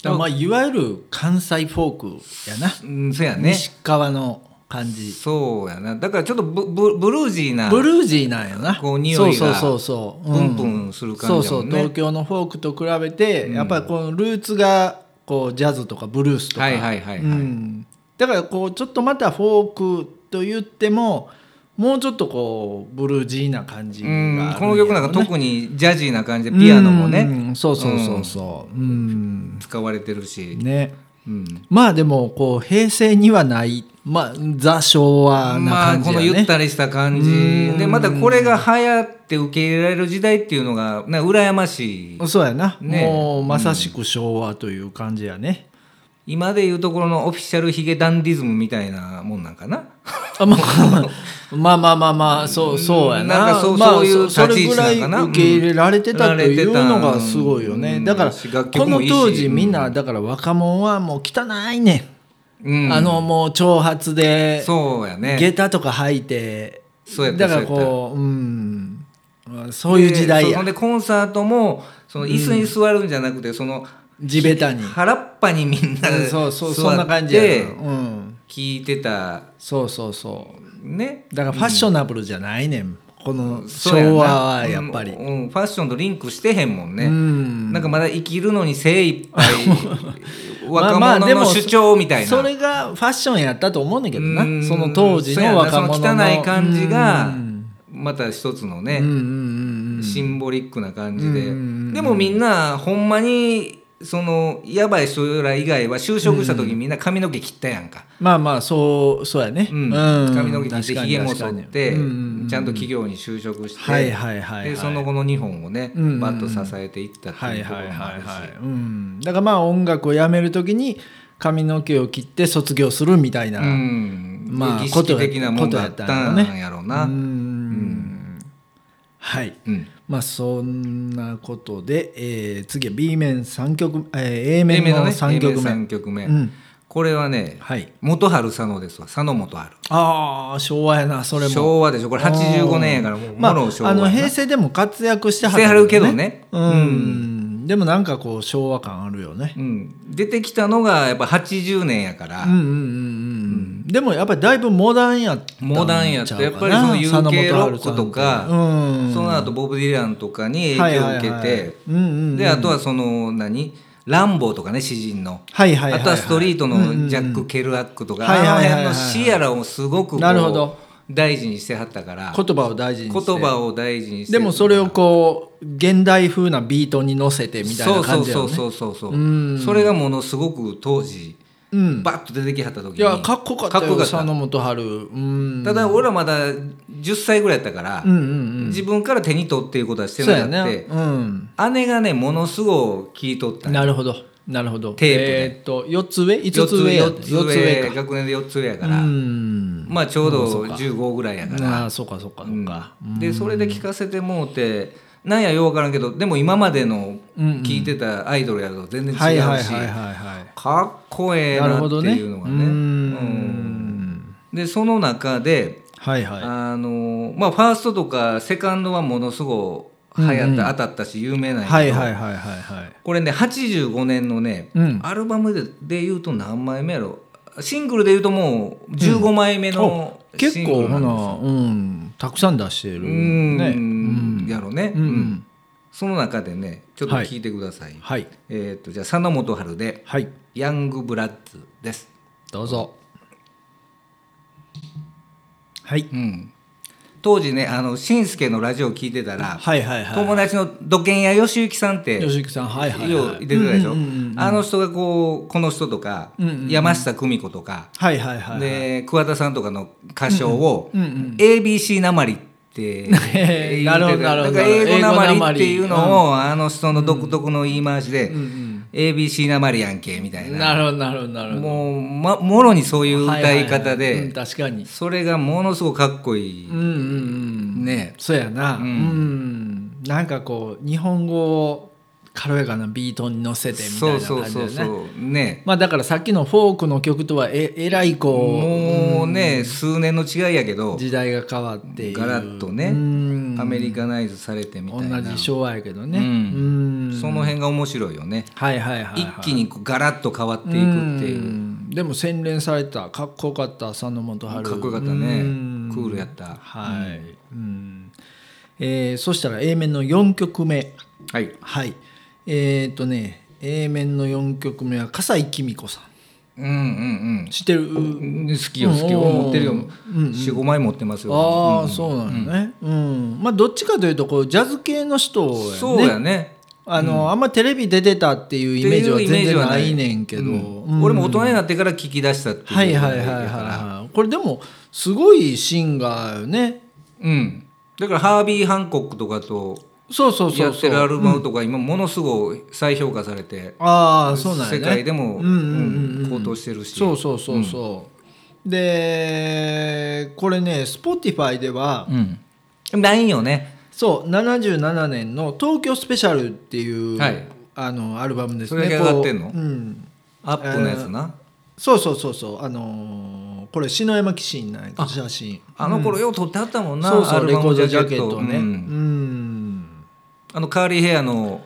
[SPEAKER 1] だからまあいわゆる関西フォークやな、
[SPEAKER 2] うんそやね
[SPEAKER 1] 西川の感じ
[SPEAKER 2] そうやなだからちょっとブブブルージーな
[SPEAKER 1] ブルージーなんやな
[SPEAKER 2] こう匂いが
[SPEAKER 1] そうそうそうそう
[SPEAKER 2] プ
[SPEAKER 1] うん
[SPEAKER 2] ンプンする
[SPEAKER 1] そ
[SPEAKER 2] 感
[SPEAKER 1] う
[SPEAKER 2] じや
[SPEAKER 1] そ
[SPEAKER 2] も
[SPEAKER 1] うん
[SPEAKER 2] ね
[SPEAKER 1] 東京のフォークと比べて、やっぱりこのルーツがこうジャズとかブルースとか、
[SPEAKER 2] はいはいはいはい
[SPEAKER 1] うん、だからこうちょっとまたフォークと言ってももうちょっとこうブルージーな感じがあるんやろ
[SPEAKER 2] うん
[SPEAKER 1] ね
[SPEAKER 2] この曲なんか特にジャジーな感じでピアノもね
[SPEAKER 1] うんそうそうそうそううん、
[SPEAKER 2] 使われてるし、
[SPEAKER 1] ね
[SPEAKER 2] うん
[SPEAKER 1] まあでもこう平成にはない、まあ、ザ昭和な
[SPEAKER 2] まあ
[SPEAKER 1] 感じ
[SPEAKER 2] こ
[SPEAKER 1] や
[SPEAKER 2] の
[SPEAKER 1] ね、
[SPEAKER 2] ゆったりした感じでまたこれが流行って受け入れられる時代っていうのがね羨ましい
[SPEAKER 1] そうやな、
[SPEAKER 2] ね
[SPEAKER 1] もうまさしく昭和という感じやね、
[SPEAKER 2] 今でいうところのオフィシャルヒゲダンディズムみたいなもんなん かな
[SPEAKER 1] あまあまあまあまあまあそうそうやな
[SPEAKER 2] なんかそう
[SPEAKER 1] まあ、
[SPEAKER 2] そういう
[SPEAKER 1] そそ
[SPEAKER 2] 立
[SPEAKER 1] れ
[SPEAKER 2] ち位
[SPEAKER 1] ぐ
[SPEAKER 2] 置
[SPEAKER 1] らい
[SPEAKER 2] なんかな
[SPEAKER 1] 受け入れられてた
[SPEAKER 2] うん
[SPEAKER 1] というの
[SPEAKER 2] られてた
[SPEAKER 1] がすごいよね、
[SPEAKER 2] うん
[SPEAKER 1] だから
[SPEAKER 2] し楽
[SPEAKER 1] こ
[SPEAKER 2] 曲も
[SPEAKER 1] の
[SPEAKER 2] いいし
[SPEAKER 1] 当時
[SPEAKER 2] うん
[SPEAKER 1] みんなだから若者はもう汚いね、
[SPEAKER 2] うん
[SPEAKER 1] ん、あのもう長髪で
[SPEAKER 2] そうやね
[SPEAKER 1] 下駄とか履いて
[SPEAKER 2] そうやった
[SPEAKER 1] だからこううんそういう時代
[SPEAKER 2] でそ
[SPEAKER 1] や
[SPEAKER 2] うでコンサートもその椅子に座るんじゃなくて、その
[SPEAKER 1] 地べたに
[SPEAKER 2] 腹っぱにみんな
[SPEAKER 1] うん
[SPEAKER 2] 座
[SPEAKER 1] そう
[SPEAKER 2] っ
[SPEAKER 1] そうそんな感じやな
[SPEAKER 2] て
[SPEAKER 1] うん
[SPEAKER 2] 聞いてた
[SPEAKER 1] そうそうそう
[SPEAKER 2] ね
[SPEAKER 1] だからファッショナブルじゃないねん、この
[SPEAKER 2] そうやな
[SPEAKER 1] 昭和はやっぱり
[SPEAKER 2] うんうんファッションとリンクしてへんもんね、
[SPEAKER 1] ん
[SPEAKER 2] なんかまだ生きるのに精一杯若
[SPEAKER 1] まあまあ
[SPEAKER 2] 者
[SPEAKER 1] で
[SPEAKER 2] の
[SPEAKER 1] も
[SPEAKER 2] 主張みたいな、
[SPEAKER 1] それがファッションやったと思うねんだけど
[SPEAKER 2] うん
[SPEAKER 1] なその当時
[SPEAKER 2] そうや
[SPEAKER 1] の
[SPEAKER 2] な
[SPEAKER 1] 若者
[SPEAKER 2] そ
[SPEAKER 1] の
[SPEAKER 2] の汚い感じ
[SPEAKER 1] う
[SPEAKER 2] が
[SPEAKER 1] ん
[SPEAKER 2] また一つの
[SPEAKER 1] うんう
[SPEAKER 2] ね、
[SPEAKER 1] んうん
[SPEAKER 2] シンボリックな感じで、
[SPEAKER 1] うんうんうん
[SPEAKER 2] でもみんなほんまにそのやばい人ら以外は就職した時みんな髪の毛切ったやんか、
[SPEAKER 1] まあまあそうそうやね、
[SPEAKER 2] うん髪の毛切ってひげも剃って、
[SPEAKER 1] うんうんうん
[SPEAKER 2] ちゃんと企業に就職して、
[SPEAKER 1] はいはいはいはい
[SPEAKER 2] でその後の日本をね、
[SPEAKER 1] うんうん
[SPEAKER 2] バッと支えていったって
[SPEAKER 1] はいいう
[SPEAKER 2] とこ
[SPEAKER 1] はい
[SPEAKER 2] ろもあ
[SPEAKER 1] はい
[SPEAKER 2] るし、
[SPEAKER 1] はい、うん、だからまあ音楽をやめるときに髪の毛を切って卒業するみたいな、
[SPEAKER 2] うん
[SPEAKER 1] まあ
[SPEAKER 2] 儀式的なもんがあったん
[SPEAKER 1] こと
[SPEAKER 2] や
[SPEAKER 1] や
[SPEAKER 2] ろう
[SPEAKER 1] う
[SPEAKER 2] な。
[SPEAKER 1] んはい
[SPEAKER 2] うん
[SPEAKER 1] まあそんなことで、えー次は B 面3曲、えー A 面
[SPEAKER 2] A 面
[SPEAKER 1] の
[SPEAKER 2] のね
[SPEAKER 1] 3曲目
[SPEAKER 2] A 面三曲目
[SPEAKER 1] うん
[SPEAKER 2] これはね、
[SPEAKER 1] はい
[SPEAKER 2] 元春佐野ですわ佐野元春
[SPEAKER 1] ああ昭和やなそれも
[SPEAKER 2] 昭和でしょこれ85年やからもう、
[SPEAKER 1] まあ、
[SPEAKER 2] もろ昭和
[SPEAKER 1] あ
[SPEAKER 2] やな
[SPEAKER 1] の平成でも活躍しては
[SPEAKER 2] してはるけどね
[SPEAKER 1] うん、
[SPEAKER 2] う
[SPEAKER 1] でもなんかこう昭和感あるよね
[SPEAKER 2] うん、出てきたのがやっぱ80年やから、
[SPEAKER 1] うんうんうんうんうんでもやっぱりだいぶモダンやったんちゃうかな
[SPEAKER 2] モダンやってやっぱりその UK ロックとか
[SPEAKER 1] 佐野元春さんうん
[SPEAKER 2] その後ボブ・ディランとかに影響を受けて、
[SPEAKER 1] はいはいはいうんうんうん
[SPEAKER 2] であとはその何ランボーとかね詩人の、
[SPEAKER 1] はいはいはいい、
[SPEAKER 2] あとはストリート
[SPEAKER 1] うんうん
[SPEAKER 2] のジャック・ケルアックとか、
[SPEAKER 1] はいはいはいはい
[SPEAKER 2] あの辺のシアラをすごくこう
[SPEAKER 1] なるほど
[SPEAKER 2] 大事にしてはったから
[SPEAKER 1] 言葉を大事に
[SPEAKER 2] 言
[SPEAKER 1] して
[SPEAKER 2] 葉を大事にして
[SPEAKER 1] でもそれをこう現代風なビートに乗せてみたいな感じや
[SPEAKER 2] そ
[SPEAKER 1] よ
[SPEAKER 2] う
[SPEAKER 1] ね
[SPEAKER 2] そうそうそうそう
[SPEAKER 1] うん
[SPEAKER 2] それがものすごく当時
[SPEAKER 1] うん
[SPEAKER 2] バッと出てきはった時に
[SPEAKER 1] いやかっこよかった
[SPEAKER 2] かっこ
[SPEAKER 1] よ
[SPEAKER 2] よかった
[SPEAKER 1] 佐野元春うん
[SPEAKER 2] ただ俺はまだ10歳ぐらいやったから、
[SPEAKER 1] うんうんうん
[SPEAKER 2] 自分から手に取っていうことはして
[SPEAKER 1] そう
[SPEAKER 2] なか
[SPEAKER 1] や
[SPEAKER 2] っ
[SPEAKER 1] ね
[SPEAKER 2] た、
[SPEAKER 1] うん
[SPEAKER 2] 姉がねものすごい聞いとった
[SPEAKER 1] なるほどなるほど
[SPEAKER 2] テープで
[SPEAKER 1] えーっと4つ上
[SPEAKER 2] 四
[SPEAKER 1] 5つ上や
[SPEAKER 2] 四つ上
[SPEAKER 1] 四か
[SPEAKER 2] 学年で4つ上やか
[SPEAKER 1] う
[SPEAKER 2] ら、
[SPEAKER 1] ん
[SPEAKER 2] まあちょうど15ぐらいやから、
[SPEAKER 1] ああそうかそうか
[SPEAKER 2] う
[SPEAKER 1] そうか
[SPEAKER 2] んでそれで聞かせてもうてなんやようわからんけどでも今までの聞いてたアイドルやと全然違うし、
[SPEAKER 1] はいはいはいはいは
[SPEAKER 2] かっこえ
[SPEAKER 1] い
[SPEAKER 2] え
[SPEAKER 1] なる
[SPEAKER 2] な
[SPEAKER 1] ほ
[SPEAKER 2] って
[SPEAKER 1] どね
[SPEAKER 2] いうのがね
[SPEAKER 1] うー
[SPEAKER 2] うん
[SPEAKER 1] ん
[SPEAKER 2] でその中で
[SPEAKER 1] はいは
[SPEAKER 2] あのまあファーストとかセカンドはものすごい流行った、当たったし有名
[SPEAKER 1] い
[SPEAKER 2] なんやけど、
[SPEAKER 1] はいはいはいはいはい
[SPEAKER 2] これね85年のね、
[SPEAKER 1] うん
[SPEAKER 2] アルバムでで言うと何枚目やろシングルで言うともう15枚目の
[SPEAKER 1] お
[SPEAKER 2] シ
[SPEAKER 1] 結
[SPEAKER 2] ング
[SPEAKER 1] 構
[SPEAKER 2] ルな
[SPEAKER 1] ほ
[SPEAKER 2] んで
[SPEAKER 1] な
[SPEAKER 2] す
[SPEAKER 1] うんたくさん出してる
[SPEAKER 2] うーん
[SPEAKER 1] ね
[SPEAKER 2] やろね、
[SPEAKER 1] うんう
[SPEAKER 2] うん
[SPEAKER 1] ん
[SPEAKER 2] その中でねちょっと聞いてください、
[SPEAKER 1] はい
[SPEAKER 2] えーっ、とじゃあ佐野元春で
[SPEAKER 1] はい
[SPEAKER 2] 「ヤングブラッズ」です、
[SPEAKER 1] どうぞはい
[SPEAKER 2] うん、当時ねあの紳助のラジオ聞いてたら、
[SPEAKER 1] はいはいはい
[SPEAKER 2] 友達の土建屋義行さんって
[SPEAKER 1] 吉木さんはいはい
[SPEAKER 2] よ
[SPEAKER 1] は
[SPEAKER 2] う
[SPEAKER 1] い
[SPEAKER 2] 出てたでしょ、
[SPEAKER 1] うんうんうんうん
[SPEAKER 2] あの人がこうこの人とか、
[SPEAKER 1] うんうんうん
[SPEAKER 2] 山下久美子とか、
[SPEAKER 1] はいはいはいはい
[SPEAKER 2] で桑田さんとかの歌唱を
[SPEAKER 1] うんうん
[SPEAKER 2] ABC なまり って言って
[SPEAKER 1] なるほどなるほど
[SPEAKER 2] だから英語なまりっていう
[SPEAKER 1] 英語
[SPEAKER 2] のをあの人の独特の言い回しで
[SPEAKER 1] うんうん
[SPEAKER 2] ABC なまりやんけみたい
[SPEAKER 1] な
[SPEAKER 2] な
[SPEAKER 1] るほどなるほどなるほど
[SPEAKER 2] もうまもろにそういう歌い方
[SPEAKER 1] はははうん
[SPEAKER 2] で
[SPEAKER 1] 確かに
[SPEAKER 2] それがものすごくかっこいい
[SPEAKER 1] うんうんうん
[SPEAKER 2] ね
[SPEAKER 1] そうやなう
[SPEAKER 2] うんん、
[SPEAKER 1] なんかこう日本語を軽やかなビートに乗せてみたい
[SPEAKER 2] そう
[SPEAKER 1] な感じだ
[SPEAKER 2] そ
[SPEAKER 1] よ
[SPEAKER 2] う
[SPEAKER 1] ね
[SPEAKER 2] そうそうね
[SPEAKER 1] まあだからさっきのフォークの曲とはええらいこ
[SPEAKER 2] もうね数年の違いやけ
[SPEAKER 1] う
[SPEAKER 2] ど
[SPEAKER 1] 時代が変わっている
[SPEAKER 2] ガラッとね
[SPEAKER 1] うん
[SPEAKER 2] アメリカナイズされてみたいな
[SPEAKER 1] 同じ昭和やけどね
[SPEAKER 2] うん
[SPEAKER 1] うん
[SPEAKER 2] その辺が面白いよね
[SPEAKER 1] はいはいはい、はい、
[SPEAKER 2] 一気にこうガラッと変わっていくっていううん
[SPEAKER 1] でも洗練されたかっこよかった佐野元春
[SPEAKER 2] かっこよかったね
[SPEAKER 1] うん
[SPEAKER 2] クールやった
[SPEAKER 1] はい、うんえーそしたら A 面の4曲目
[SPEAKER 2] はい
[SPEAKER 1] はいえっ、とね A 面の4曲目は笠井紀美子さん
[SPEAKER 2] うんうん
[SPEAKER 1] 知ってる、
[SPEAKER 2] うん好きよ好きよ
[SPEAKER 1] うん
[SPEAKER 2] 持ってるよ
[SPEAKER 1] うん
[SPEAKER 2] 45枚持ってますよ
[SPEAKER 1] ああ、
[SPEAKER 2] うん
[SPEAKER 1] そうなのねうん、まあどっちかというとこうジャズ系の人やね
[SPEAKER 2] そうやね
[SPEAKER 1] あの、あんまテレビ出てたっていうイメージは
[SPEAKER 2] っていうイ
[SPEAKER 1] 全
[SPEAKER 2] メージ
[SPEAKER 1] 然
[SPEAKER 2] は
[SPEAKER 1] な
[SPEAKER 2] ない
[SPEAKER 1] いねんけど、
[SPEAKER 2] うん俺も大人になってから聞き出したっていう
[SPEAKER 1] はいはいはいはいはいこれでもすごいシンガーよね
[SPEAKER 2] うんだからハービー・ハンコックとかと
[SPEAKER 1] そうそうそ
[SPEAKER 2] や
[SPEAKER 1] う
[SPEAKER 2] っ
[SPEAKER 1] そ
[SPEAKER 2] て
[SPEAKER 1] う
[SPEAKER 2] るアルバムとか今ものすごい再評価されて
[SPEAKER 1] ああそうなんや、ね、
[SPEAKER 2] 世界でも
[SPEAKER 1] うんうんうん
[SPEAKER 2] うん
[SPEAKER 1] うん
[SPEAKER 2] 高騰してるし
[SPEAKER 1] そうそうそうそうでこれね Spotify では、
[SPEAKER 2] うんでもないよね
[SPEAKER 1] そう77年の「東京スペシャル」っていう、
[SPEAKER 2] はい
[SPEAKER 1] あのアルバムですね
[SPEAKER 2] それだけ上がってんの
[SPEAKER 1] こううん、
[SPEAKER 2] アップのやつな
[SPEAKER 1] そうそうそうそうあのーこれ篠山紀信なんやけど写真
[SPEAKER 2] あの頃よう撮ってあったもんな
[SPEAKER 1] そうそう
[SPEAKER 2] アル
[SPEAKER 1] レ
[SPEAKER 2] バ
[SPEAKER 1] コー
[SPEAKER 2] ム
[SPEAKER 1] ドジャケット
[SPEAKER 2] ト
[SPEAKER 1] をね
[SPEAKER 2] うん
[SPEAKER 1] うん、
[SPEAKER 2] あのカーリーヘアの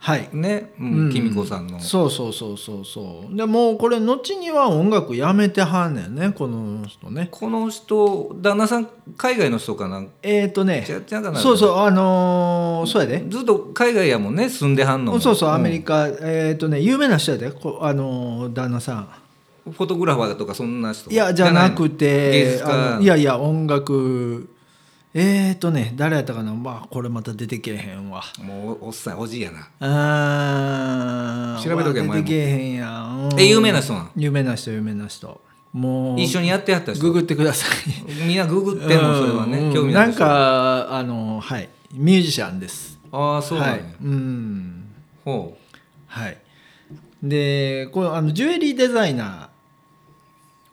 [SPEAKER 1] はい
[SPEAKER 2] ね、う
[SPEAKER 1] うん
[SPEAKER 2] ん、キミコさんの。
[SPEAKER 1] そうそうそうそうそうでもうこれ後には音楽やめてはんねんねこの人ね
[SPEAKER 2] この人、旦那さん、海外の人かな。
[SPEAKER 1] えっ、ー、とね
[SPEAKER 2] ちゃちゃかな。
[SPEAKER 1] そうそうあのーそうやで
[SPEAKER 2] ずっと海外やもんね、住んではんのも。
[SPEAKER 1] そうそうアメリ
[SPEAKER 2] カ。
[SPEAKER 1] カ、えっ、とね有名な人やでこあのー旦那さん
[SPEAKER 2] フォトグラファーとか、そんな人。
[SPEAKER 1] いやじゃなく
[SPEAKER 2] 芸
[SPEAKER 1] て
[SPEAKER 2] 術
[SPEAKER 1] あ
[SPEAKER 2] 家
[SPEAKER 1] のいやいや音楽えっ、ー、とね誰やったかなまあこれまた出てけえへんわ
[SPEAKER 2] もうおっさん、おじいやな。
[SPEAKER 1] あー
[SPEAKER 2] 調べとけ
[SPEAKER 1] うわ出
[SPEAKER 2] お前も
[SPEAKER 1] てけえへんやん、うん
[SPEAKER 2] え、有名な人なん。
[SPEAKER 1] 有名な人有名な人もう
[SPEAKER 2] 一緒にやってはった
[SPEAKER 1] グ
[SPEAKER 2] 人。
[SPEAKER 1] グってください
[SPEAKER 2] みんなググっても、それは
[SPEAKER 1] うん
[SPEAKER 2] ね、興味
[SPEAKER 1] な
[SPEAKER 2] あ
[SPEAKER 1] ん
[SPEAKER 2] る人。
[SPEAKER 1] かあのはいミュージシャンです
[SPEAKER 2] ああ、そうなん
[SPEAKER 1] はい
[SPEAKER 2] や。
[SPEAKER 1] うん
[SPEAKER 2] ほ
[SPEAKER 1] はいでこれあのジュエリーデザイナ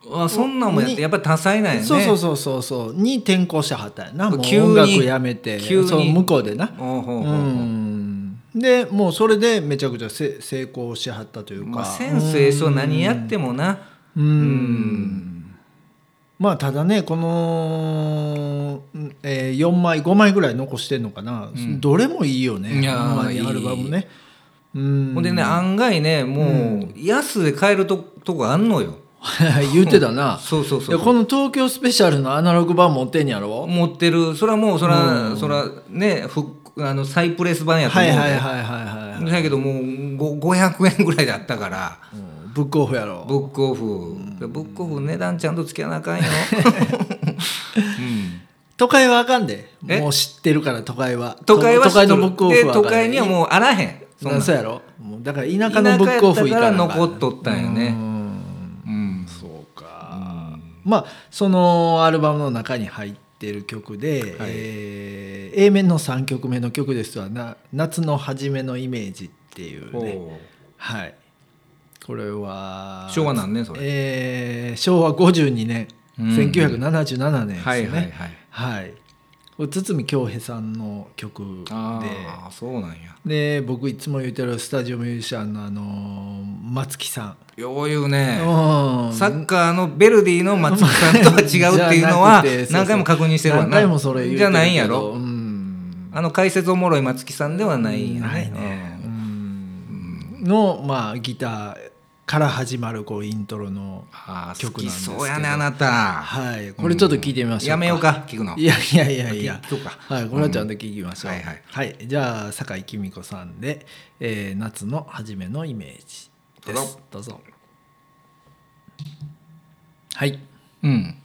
[SPEAKER 2] う。あそんなんもやってやっぱり多彩なんやね
[SPEAKER 1] そうそうそうそうそうに転校してはったんやなもう
[SPEAKER 2] 急に
[SPEAKER 1] 音楽やめて
[SPEAKER 2] 急に
[SPEAKER 1] そう向こうでな
[SPEAKER 2] ほうほうほう
[SPEAKER 1] う
[SPEAKER 2] ほうん
[SPEAKER 1] でもうそれでめちゃくちゃせ成功しはったというか、
[SPEAKER 2] まあセンスええしょ何やってもな
[SPEAKER 1] うん
[SPEAKER 2] うん
[SPEAKER 1] まあただねこの、うんえー、4枚5枚ぐらい残してんのかな、
[SPEAKER 2] ん
[SPEAKER 1] どれもいいよね
[SPEAKER 2] いやー
[SPEAKER 1] ほんまに
[SPEAKER 2] いい
[SPEAKER 1] アルバムねうん
[SPEAKER 2] ほんでね案外ねもう安で買えるととこあんのよ
[SPEAKER 1] 言ってたな
[SPEAKER 2] そうそうそう
[SPEAKER 1] いやこの東京スペシャルのアナログ版持ってんやろ
[SPEAKER 2] 持ってるそれはもうそれはそれはねふっあの再プレス版やと
[SPEAKER 1] は
[SPEAKER 2] 思う
[SPEAKER 1] い
[SPEAKER 2] で
[SPEAKER 1] はいはいはいはい、
[SPEAKER 2] だけどもうご500円ぐらいだったから
[SPEAKER 1] うんブックオフやろ
[SPEAKER 2] ブックオフブックオフ値段ちゃんとつけな あかんよ、うん
[SPEAKER 1] 都会はあかんで
[SPEAKER 2] え
[SPEAKER 1] もう知ってるから都会は
[SPEAKER 2] 都会は
[SPEAKER 1] 都会の
[SPEAKER 2] 知
[SPEAKER 1] ブ
[SPEAKER 2] っ
[SPEAKER 1] ック
[SPEAKER 2] と
[SPEAKER 1] オ
[SPEAKER 2] る
[SPEAKER 1] フは
[SPEAKER 2] で
[SPEAKER 1] あかん
[SPEAKER 2] 都会にはもうあらへんそんなん
[SPEAKER 1] そうやろもうだから田舎のブックオフ行
[SPEAKER 2] 田
[SPEAKER 1] か
[SPEAKER 2] 舎や
[SPEAKER 1] な
[SPEAKER 2] った
[SPEAKER 1] あ
[SPEAKER 2] か
[SPEAKER 1] ん
[SPEAKER 2] ら残っとったんよ
[SPEAKER 1] う
[SPEAKER 2] ね
[SPEAKER 1] ん
[SPEAKER 2] うん
[SPEAKER 1] そうか、まあそのアルバムの中に入ってる曲で、えー A 面の3曲目の曲ですわな「夏の初めのイメージ」っていうね
[SPEAKER 2] ほ
[SPEAKER 1] はいこれは
[SPEAKER 2] う昭和なんねそれ、
[SPEAKER 1] えー昭和52年、
[SPEAKER 2] うん
[SPEAKER 1] 1977年ですね
[SPEAKER 2] はいはいはい
[SPEAKER 1] はいこれ堤恭平さんの曲
[SPEAKER 2] あ
[SPEAKER 1] で
[SPEAKER 2] あそうなんや
[SPEAKER 1] で僕いつも言ってるスタジオミュージシャンの、あのー松木さん、
[SPEAKER 2] よう言うね
[SPEAKER 1] うん
[SPEAKER 2] サッカーのベルディの松木さんとは違うっていう のは
[SPEAKER 1] じゃなくてそうそう
[SPEAKER 2] 何回も確認してるわな
[SPEAKER 1] 何回もそれ言うてるけど
[SPEAKER 2] じゃないんやろ
[SPEAKER 1] うん
[SPEAKER 2] あの解説おもろい松木さんではないんや
[SPEAKER 1] ないね、うんのまあギターから始まるこうイントロの
[SPEAKER 2] あー好
[SPEAKER 1] 曲なん
[SPEAKER 2] き
[SPEAKER 1] ですけど
[SPEAKER 2] そうやねあなた
[SPEAKER 1] はいこれちょっと聞いてみましょうか
[SPEAKER 2] やめようか聞くの
[SPEAKER 1] いやいやいやいや
[SPEAKER 2] 聞くか
[SPEAKER 1] はいこれはちゃんと聞きましょう、
[SPEAKER 2] うんはいはい
[SPEAKER 1] じゃあ酒井貴美子さんで、えー夏の初めのイメージ」で
[SPEAKER 2] どう
[SPEAKER 1] す
[SPEAKER 2] ぞ
[SPEAKER 1] どうぞはい
[SPEAKER 2] うん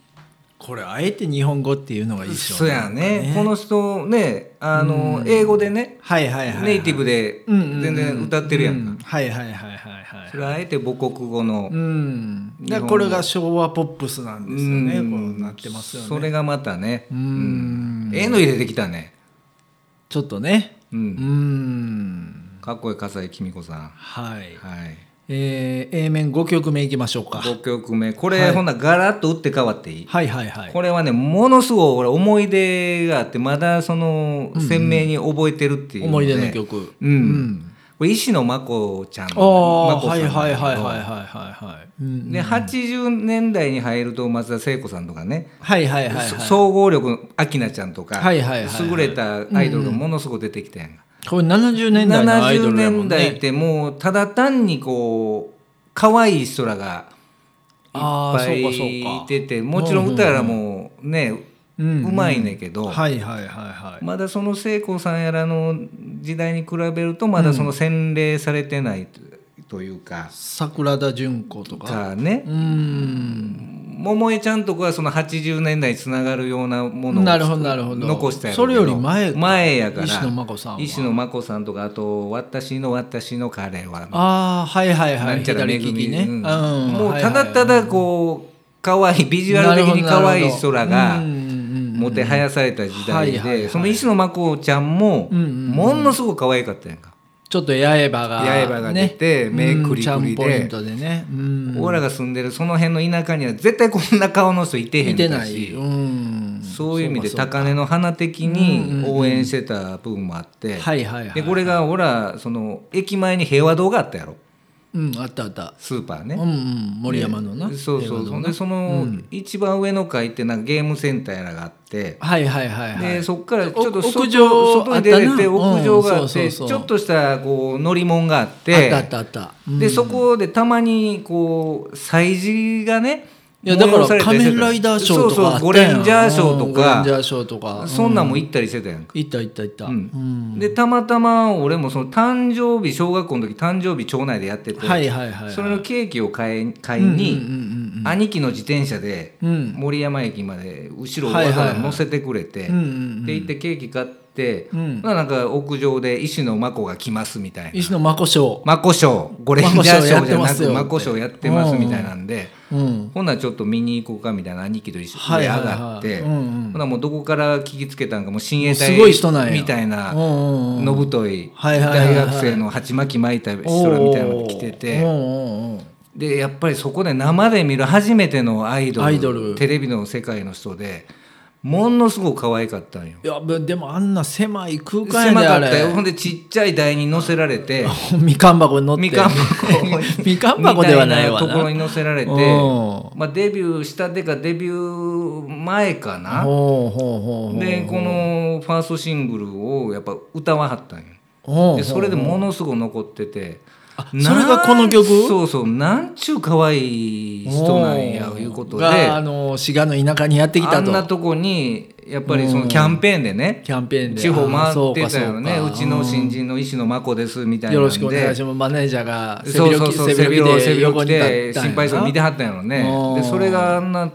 [SPEAKER 1] これあえて日本語っていうのがいいでしょ
[SPEAKER 2] そうやねこの人ねあの英語でね
[SPEAKER 1] はいはいはい、はい、
[SPEAKER 2] ネイティブで
[SPEAKER 1] うんうんうん
[SPEAKER 2] 全然歌ってるや
[SPEAKER 1] うん
[SPEAKER 2] か
[SPEAKER 1] はいはいはいはいはい
[SPEAKER 2] それあえて母国語の
[SPEAKER 1] うんだからこれが昭和ポップスなんですよね、
[SPEAKER 2] うん
[SPEAKER 1] こうなってますよね
[SPEAKER 2] それがまたね
[SPEAKER 1] うん
[SPEAKER 2] うんええの入れてきたね
[SPEAKER 1] ちょっとね
[SPEAKER 2] う
[SPEAKER 1] うんん
[SPEAKER 2] かっこいい笠井公子さん
[SPEAKER 1] はい
[SPEAKER 2] はい
[SPEAKER 1] えー、A 面5曲目いきましょうか
[SPEAKER 2] 5曲目これ、
[SPEAKER 1] はい
[SPEAKER 2] ほんならガラッと打って変わっていい、
[SPEAKER 1] はいはいはい
[SPEAKER 2] これはねものすごい俺思い出があってまだその鮮明に覚えてるっていう
[SPEAKER 1] 思い出の
[SPEAKER 2] で
[SPEAKER 1] 曲
[SPEAKER 2] うん
[SPEAKER 1] うん
[SPEAKER 2] これ石野真子ちゃん
[SPEAKER 1] ああ
[SPEAKER 2] 真子
[SPEAKER 1] はい
[SPEAKER 2] さん
[SPEAKER 1] はいはいはいはいはいはいうん
[SPEAKER 2] で80年代に入ると松田聖子さんとかね、
[SPEAKER 1] はいはいはい
[SPEAKER 2] そ
[SPEAKER 1] は
[SPEAKER 2] 総合力の明菜ちゃんとか、
[SPEAKER 1] はいはいはいはい
[SPEAKER 2] 優れたアイドルがものすごく出てきたやんか、
[SPEAKER 1] いこれ70年代のアイド
[SPEAKER 2] 70
[SPEAKER 1] ルやも
[SPEAKER 2] 年
[SPEAKER 1] ん
[SPEAKER 2] 代っ
[SPEAKER 1] ね
[SPEAKER 2] てもうただ単にこう可愛い人らがいっ
[SPEAKER 1] あー
[SPEAKER 2] ぱ
[SPEAKER 1] そうかそう
[SPEAKER 2] い
[SPEAKER 1] か
[SPEAKER 2] いててもちろん歌やらもうね
[SPEAKER 1] う
[SPEAKER 2] うん
[SPEAKER 1] うん
[SPEAKER 2] まいねんけど
[SPEAKER 1] はいはいはいはい
[SPEAKER 2] まだその聖子さんやらの時代に比べるとまだその洗礼されてないとというか
[SPEAKER 1] 桜田淳子とか
[SPEAKER 2] さあね
[SPEAKER 1] うん
[SPEAKER 2] 桃江ちゃんとかはその80年代につながるようなものを
[SPEAKER 1] なるほどなるほど
[SPEAKER 2] 残したやろ
[SPEAKER 1] そう
[SPEAKER 2] け
[SPEAKER 1] れ
[SPEAKER 2] ど
[SPEAKER 1] より前か
[SPEAKER 2] 前やから
[SPEAKER 1] 石野真子さんは
[SPEAKER 2] 石野真子さんとかあと「私の私の彼は」
[SPEAKER 1] ああはいはいは
[SPEAKER 2] ないんちゃら
[SPEAKER 1] 左
[SPEAKER 2] め
[SPEAKER 1] 利
[SPEAKER 2] ぐ
[SPEAKER 1] き
[SPEAKER 2] み、
[SPEAKER 1] ね、
[SPEAKER 2] うん
[SPEAKER 1] ん
[SPEAKER 2] もうただただこう可愛いビジュアル的に可愛い人らがもては
[SPEAKER 1] や
[SPEAKER 2] やされた時代
[SPEAKER 1] はいはいはい
[SPEAKER 2] でその石野真子ちゃんも
[SPEAKER 1] うんうんうん
[SPEAKER 2] ものすごく可愛かったやんか。
[SPEAKER 1] ちょっと八重歯が、
[SPEAKER 2] 八重歯が出て目
[SPEAKER 1] うん
[SPEAKER 2] クリクリで
[SPEAKER 1] ちゃんポイントでねうん
[SPEAKER 2] 俺らが住んでるその辺の田舎には絶対こんな顔の人いてへ
[SPEAKER 1] 見
[SPEAKER 2] ん
[SPEAKER 1] て
[SPEAKER 2] か
[SPEAKER 1] ない、
[SPEAKER 2] し
[SPEAKER 1] うん、
[SPEAKER 2] そういう意味で
[SPEAKER 1] そうか
[SPEAKER 2] 高根の花的に応援してた部分もあって
[SPEAKER 1] はいはいはい
[SPEAKER 2] でこれが俺らその駅前に平和堂があったやろ
[SPEAKER 1] うんあったあった、
[SPEAKER 2] スーパー
[SPEAKER 1] うん
[SPEAKER 2] ね。
[SPEAKER 1] うん、森山のな
[SPEAKER 2] そうそう
[SPEAKER 1] 映画
[SPEAKER 2] そ
[SPEAKER 1] の
[SPEAKER 2] う
[SPEAKER 1] な
[SPEAKER 2] でその一番上の階ってなんかゲームセンターやらがあって
[SPEAKER 1] はいはいはいはい
[SPEAKER 2] でそっからちょっと
[SPEAKER 1] お
[SPEAKER 2] 外
[SPEAKER 1] 屋上
[SPEAKER 2] 外に出
[SPEAKER 1] あっ
[SPEAKER 2] れ
[SPEAKER 1] た
[SPEAKER 2] て
[SPEAKER 1] な
[SPEAKER 2] 屋上があ
[SPEAKER 1] うん
[SPEAKER 2] っ
[SPEAKER 1] そうそう
[SPEAKER 2] てち
[SPEAKER 1] そう
[SPEAKER 2] ょっとしたこう乗り物があっ
[SPEAKER 1] あってたあったあった、うん
[SPEAKER 2] でそこでたまにこう催事がね
[SPEAKER 1] いやだから
[SPEAKER 2] 催され
[SPEAKER 1] 仮
[SPEAKER 2] たりしてた
[SPEAKER 1] 面ライダーショーとかあ
[SPEAKER 2] そう
[SPEAKER 1] っ
[SPEAKER 2] そうゴ
[SPEAKER 1] たやん
[SPEAKER 2] レンジャーショー
[SPEAKER 1] うん
[SPEAKER 2] と
[SPEAKER 1] ゴレンジャ
[SPEAKER 2] か
[SPEAKER 1] ーショーとか
[SPEAKER 2] そんなんも行ったりしてたやんか、
[SPEAKER 1] いったいったいった、
[SPEAKER 2] うん
[SPEAKER 1] うん
[SPEAKER 2] でたまたま俺もその誕生日小学校の時誕生日町内でやってて、
[SPEAKER 1] はいはいはいはい
[SPEAKER 2] それのケーキを買い買いに、
[SPEAKER 1] うんうん
[SPEAKER 2] 兄貴の自転車で
[SPEAKER 1] うんうん
[SPEAKER 2] 森山駅まで後ろを
[SPEAKER 1] は
[SPEAKER 2] わ
[SPEAKER 1] い
[SPEAKER 2] ざ
[SPEAKER 1] はいはい
[SPEAKER 2] わざ乗せてくれて、
[SPEAKER 1] うんうん
[SPEAKER 2] で
[SPEAKER 1] うん
[SPEAKER 2] 行ってケーキ買って、
[SPEAKER 1] うん
[SPEAKER 2] まあなんか屋上で石野真子が来ますみたいな
[SPEAKER 1] 石野真子賞、
[SPEAKER 2] 真子賞ゴレンジャー賞じゃなく
[SPEAKER 1] 真
[SPEAKER 2] 真
[SPEAKER 1] 子
[SPEAKER 2] 子
[SPEAKER 1] 賞
[SPEAKER 2] 賞
[SPEAKER 1] や
[SPEAKER 2] や
[SPEAKER 1] っ
[SPEAKER 2] ってて
[SPEAKER 1] ま
[SPEAKER 2] ますす
[SPEAKER 1] よ
[SPEAKER 2] みたいなんで、
[SPEAKER 1] うん、
[SPEAKER 2] ほんならちょっと見に行こうかみたいな兄貴と一緒
[SPEAKER 1] はい
[SPEAKER 2] に上
[SPEAKER 1] はいはい
[SPEAKER 2] がって、
[SPEAKER 1] うんうん
[SPEAKER 2] ほんならもうどこから聞きつけたんかもう親衛隊
[SPEAKER 1] すごい人なんや
[SPEAKER 2] みたい
[SPEAKER 1] うん
[SPEAKER 2] な
[SPEAKER 1] うんうん
[SPEAKER 2] のぶとい
[SPEAKER 1] はいはいはいはい
[SPEAKER 2] 大学生の鉢巻き巻いた人らみたいなのが来て
[SPEAKER 1] お
[SPEAKER 2] て。
[SPEAKER 1] ーおーおー
[SPEAKER 2] でやっぱりそこで生で見る初めてのアイドル
[SPEAKER 1] アイドル
[SPEAKER 2] テレビの世界の人でものすごく可愛かったんよ
[SPEAKER 1] いやぶでもあんな狭い空間や
[SPEAKER 2] 狭
[SPEAKER 1] で
[SPEAKER 2] か
[SPEAKER 1] あ
[SPEAKER 2] ったよほん
[SPEAKER 1] れ
[SPEAKER 2] でちっちゃい台に乗せられて
[SPEAKER 1] みかん箱に乗って
[SPEAKER 2] みかん箱
[SPEAKER 1] みかん箱ではないわ
[SPEAKER 2] みたいところ
[SPEAKER 1] な
[SPEAKER 2] に乗せられて
[SPEAKER 1] う、
[SPEAKER 2] まあ、デビューしたてかデビュー前かな
[SPEAKER 1] ほうほうほうほう
[SPEAKER 2] でこのファーストシングルをやっぱ歌わはったんよ
[SPEAKER 1] ほう
[SPEAKER 2] でそれでものすごく残ってて
[SPEAKER 1] あそれがこの曲
[SPEAKER 2] なんそうそうなんちゅう可愛い人なんや
[SPEAKER 1] おー
[SPEAKER 2] いうことで
[SPEAKER 1] があ
[SPEAKER 2] あ
[SPEAKER 1] の滋賀の田舎にやってきた
[SPEAKER 2] んな
[SPEAKER 1] と
[SPEAKER 2] とこにやっぱりそのキャンペーンでね
[SPEAKER 1] キャンペーンで
[SPEAKER 2] 地方
[SPEAKER 1] あーそう
[SPEAKER 2] 回っ
[SPEAKER 1] か
[SPEAKER 2] てたよね
[SPEAKER 1] そう
[SPEAKER 2] う
[SPEAKER 1] か
[SPEAKER 2] ちの新人の石野真子ですみたいなんで
[SPEAKER 1] よろしくお願いしますマネージャーが背
[SPEAKER 2] そうそ
[SPEAKER 1] 広
[SPEAKER 2] う
[SPEAKER 1] き
[SPEAKER 2] そう
[SPEAKER 1] 背
[SPEAKER 2] 背広
[SPEAKER 1] 広
[SPEAKER 2] を
[SPEAKER 1] 着
[SPEAKER 2] 背
[SPEAKER 1] で
[SPEAKER 2] 広
[SPEAKER 1] 横
[SPEAKER 2] 着
[SPEAKER 1] に立ったん
[SPEAKER 2] で
[SPEAKER 1] やな
[SPEAKER 2] 心配そうに見てはったんやろ
[SPEAKER 1] お
[SPEAKER 2] ね
[SPEAKER 1] ー
[SPEAKER 2] でそれがあんな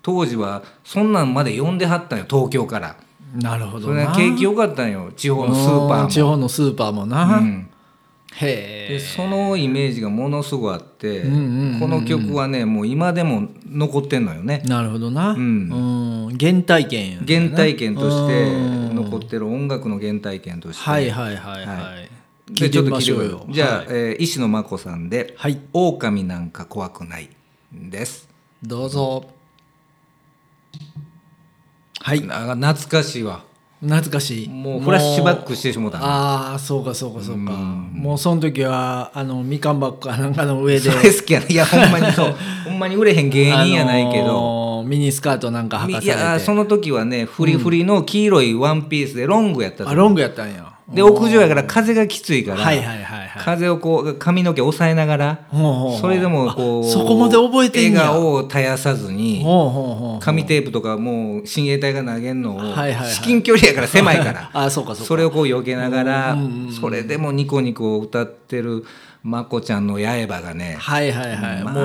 [SPEAKER 2] 当時はそんなんまで呼んではったんよ東京から
[SPEAKER 1] なるほ
[SPEAKER 2] そ
[SPEAKER 1] ど
[SPEAKER 2] れ
[SPEAKER 1] な
[SPEAKER 2] が景気良かったんよ地方のスーパ
[SPEAKER 1] うん地
[SPEAKER 2] ーも
[SPEAKER 1] 方のスーパーもな、
[SPEAKER 2] うんで
[SPEAKER 1] へ
[SPEAKER 2] そのイメージがものすごくあって
[SPEAKER 1] んうんうんうん
[SPEAKER 2] この曲はねもう今でも残ってんのよね
[SPEAKER 1] えなるほどな、
[SPEAKER 2] ん
[SPEAKER 1] うん原体験やね
[SPEAKER 2] 原体験として
[SPEAKER 1] うん
[SPEAKER 2] 残ってる音楽の原体験として
[SPEAKER 1] はいはいはいはい、
[SPEAKER 2] は
[SPEAKER 1] 聞
[SPEAKER 2] で
[SPEAKER 1] い
[SPEAKER 2] ち
[SPEAKER 1] て
[SPEAKER 2] ょっ
[SPEAKER 1] み
[SPEAKER 2] と
[SPEAKER 1] ましょう
[SPEAKER 2] 聞いて
[SPEAKER 1] よ
[SPEAKER 2] みようじゃあ
[SPEAKER 1] はい
[SPEAKER 2] えー石野真子さんで
[SPEAKER 1] はい
[SPEAKER 2] 「狼なんか怖くない」です
[SPEAKER 1] どうぞはい
[SPEAKER 2] な懐かしいわ
[SPEAKER 1] 懐かしい
[SPEAKER 2] もうフラッシュバック
[SPEAKER 1] し
[SPEAKER 2] してしもうたな
[SPEAKER 1] ああそうかそうかそうかもうその時はあのみかん箱かなんかの上で
[SPEAKER 2] それ好きやないやほんま にそうほんまに売れへん芸人やないけど、
[SPEAKER 1] あのーミニスカートなんか履
[SPEAKER 2] み
[SPEAKER 1] か
[SPEAKER 2] い
[SPEAKER 1] さ
[SPEAKER 2] や
[SPEAKER 1] れて
[SPEAKER 2] その時はねフリフリの黄色いワンピースでロングやったと
[SPEAKER 1] あロングやったんや
[SPEAKER 2] で屋上やから風がきついから、
[SPEAKER 1] はいはいはいはい
[SPEAKER 2] 風をこう髪の毛押さえながら
[SPEAKER 1] ほうほうほう
[SPEAKER 2] それでもこう
[SPEAKER 1] あそこまで覚えてんや
[SPEAKER 2] 笑顔を絶やさずに
[SPEAKER 1] ほうほうほう
[SPEAKER 2] 紙テープとかもう親衛隊が投げんのを
[SPEAKER 1] はいはいはい
[SPEAKER 2] 至近距離やから狭いから
[SPEAKER 1] あそうかそうか
[SPEAKER 2] それをこう避けながらそれでもニコニコ歌ってるまこちゃんの刃がね
[SPEAKER 1] はいはいはい、
[SPEAKER 2] ま
[SPEAKER 1] も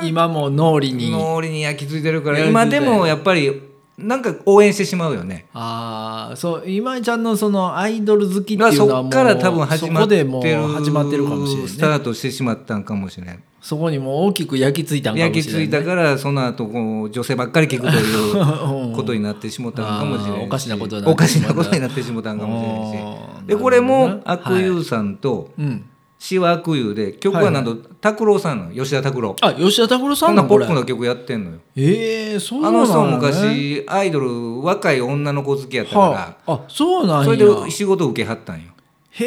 [SPEAKER 1] うい今もう脳裏に
[SPEAKER 2] 脳裏に焼き付いてるから
[SPEAKER 1] 焼き付
[SPEAKER 2] 今
[SPEAKER 1] いて
[SPEAKER 2] でもやっぱりなんか応援してしまうよね
[SPEAKER 1] ああそう今井ちゃんのそのアイドル好きっていうのは
[SPEAKER 2] そ
[SPEAKER 1] も
[SPEAKER 2] っ
[SPEAKER 1] う
[SPEAKER 2] から多分始ま
[SPEAKER 1] そこ
[SPEAKER 2] っ
[SPEAKER 1] で
[SPEAKER 2] て
[SPEAKER 1] もう
[SPEAKER 2] る
[SPEAKER 1] 始まってるかもしれ
[SPEAKER 2] ス
[SPEAKER 1] ない、
[SPEAKER 2] タ
[SPEAKER 1] ね、
[SPEAKER 2] ートしてしまったんかもしれない
[SPEAKER 1] そこにもう大きく焼き付いたんかもしれない
[SPEAKER 2] 焼き付いたからその後こう女性ばっかり聞く ということになってしもたんかもしれ
[SPEAKER 1] あ
[SPEAKER 2] ない
[SPEAKER 1] ー
[SPEAKER 2] し
[SPEAKER 1] おかしなことになってしまった
[SPEAKER 2] おかしなことになってしもたんかもしれない
[SPEAKER 1] あー
[SPEAKER 2] しでこれ
[SPEAKER 1] なる
[SPEAKER 2] も
[SPEAKER 1] ほどね
[SPEAKER 2] 悪友さんと
[SPEAKER 1] うん
[SPEAKER 2] 詩は悪友で曲はなんと拓郎さんの吉田拓郎
[SPEAKER 1] あ吉田拓郎さ
[SPEAKER 2] こ
[SPEAKER 1] ん
[SPEAKER 2] ん
[SPEAKER 1] なの
[SPEAKER 2] なポ
[SPEAKER 1] これ
[SPEAKER 2] ップの曲やってんのよ
[SPEAKER 1] ええそうな
[SPEAKER 2] あ
[SPEAKER 1] んや
[SPEAKER 2] の
[SPEAKER 1] ね
[SPEAKER 2] 人も昔アイドル若い女の子好きやった
[SPEAKER 1] は
[SPEAKER 2] か
[SPEAKER 1] ああそうなん
[SPEAKER 2] ら
[SPEAKER 1] や
[SPEAKER 2] それで仕事受けはったんよ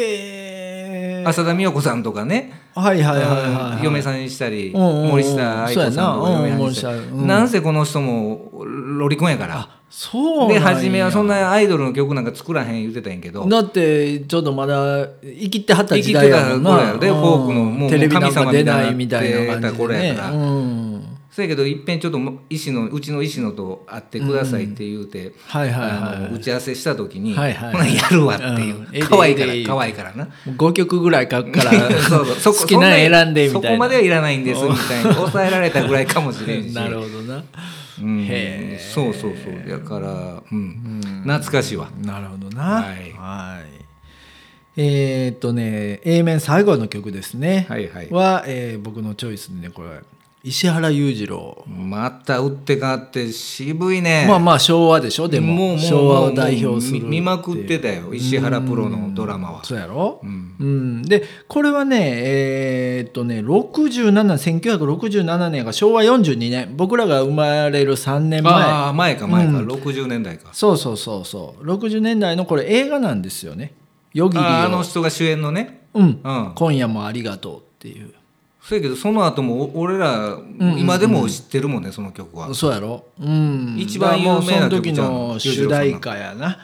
[SPEAKER 1] へえ
[SPEAKER 2] 浅田美代子さんとかね
[SPEAKER 1] はいはいはいはい、はい、
[SPEAKER 2] 嫁さんにしたり
[SPEAKER 1] うんうんうん
[SPEAKER 2] 森下愛子さんとか
[SPEAKER 1] そうやな
[SPEAKER 2] 嫁はんにしたり
[SPEAKER 1] うん森下うん
[SPEAKER 2] なんせこの人もロリコンやから
[SPEAKER 1] そうなん
[SPEAKER 2] で
[SPEAKER 1] や
[SPEAKER 2] 初めはそんなアイドルの曲なんか作らへん言ってたんやけど
[SPEAKER 1] だってちょっとまだ生きてはった
[SPEAKER 2] 生き
[SPEAKER 1] 時
[SPEAKER 2] てた
[SPEAKER 1] 代やもんな
[SPEAKER 2] 頃やでフ
[SPEAKER 1] うん
[SPEAKER 2] ォークのもう
[SPEAKER 1] テレビなん
[SPEAKER 2] 神
[SPEAKER 1] か
[SPEAKER 2] 様
[SPEAKER 1] 出
[SPEAKER 2] みたいに
[SPEAKER 1] な
[SPEAKER 2] な
[SPEAKER 1] いみた
[SPEAKER 2] って
[SPEAKER 1] いな感
[SPEAKER 2] た
[SPEAKER 1] じで、
[SPEAKER 2] 頃
[SPEAKER 1] ね、
[SPEAKER 2] やから
[SPEAKER 1] うん
[SPEAKER 2] そうやけどいっぺんちょっとも石野うちの石野と会ってくださいって言うて
[SPEAKER 1] はいはい
[SPEAKER 2] あ
[SPEAKER 1] はい
[SPEAKER 2] の打ち合わせした時に「
[SPEAKER 1] はいはい
[SPEAKER 2] ほな やるわ」っていううん
[SPEAKER 1] ええで
[SPEAKER 2] 可愛いか
[SPEAKER 1] ええで
[SPEAKER 2] ら可愛いからな。
[SPEAKER 1] 5曲ぐらい書くから
[SPEAKER 2] そうそうそこ
[SPEAKER 1] 好きなの選んでみたいな
[SPEAKER 2] そこまではいらないんですみたいな抑えられたぐらいかもしれん し
[SPEAKER 1] なるほどな
[SPEAKER 2] うん
[SPEAKER 1] へー
[SPEAKER 2] そうそうそうだから、うん懐かしいわ
[SPEAKER 1] なるほどな
[SPEAKER 2] はい
[SPEAKER 1] はいえーっとね A 面最後の曲ですね
[SPEAKER 2] はいはい
[SPEAKER 1] はえー僕のチョイスでねこれ石原裕次郎
[SPEAKER 2] また打って変わって渋いね
[SPEAKER 1] まあまあ昭和でしょでも
[SPEAKER 2] もうもう
[SPEAKER 1] 昭和を代表する
[SPEAKER 2] もう見見まくってたよ石原プロのドラマは
[SPEAKER 1] そうやろ、
[SPEAKER 2] うん
[SPEAKER 1] うん、でこれはねえーっとね67 1967年が昭和42年僕らが生まれる3年前
[SPEAKER 2] ああ前か前か、
[SPEAKER 1] うん
[SPEAKER 2] 60年代か
[SPEAKER 1] そうそうそうそう60年代のこれ映画なんですよね「よぎりを
[SPEAKER 2] ああの人が主演のね
[SPEAKER 1] うん
[SPEAKER 2] うん
[SPEAKER 1] 今夜もありがとう」っていう
[SPEAKER 2] そうやけどその後もお俺ら今でも知ってるもんねその曲は、
[SPEAKER 1] そうやろうん
[SPEAKER 2] 一番有名な曲
[SPEAKER 1] だからもうその時
[SPEAKER 2] ちゃうの
[SPEAKER 1] の主題歌やな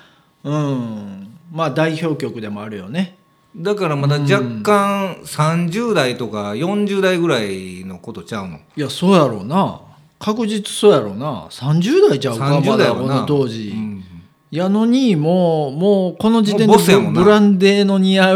[SPEAKER 1] うんまあ代表曲でもあるよね
[SPEAKER 2] だからまだ若干30代とか40代ぐらいのことちゃうの
[SPEAKER 1] いやそうやろうな確実そうやろうな30代ちゃうかま
[SPEAKER 2] 30代
[SPEAKER 1] だ
[SPEAKER 2] はな
[SPEAKER 1] この当時、
[SPEAKER 2] うん
[SPEAKER 1] やのにもうもうこの時点
[SPEAKER 2] も
[SPEAKER 1] で
[SPEAKER 2] うボスやもんな
[SPEAKER 1] ブランデーの似合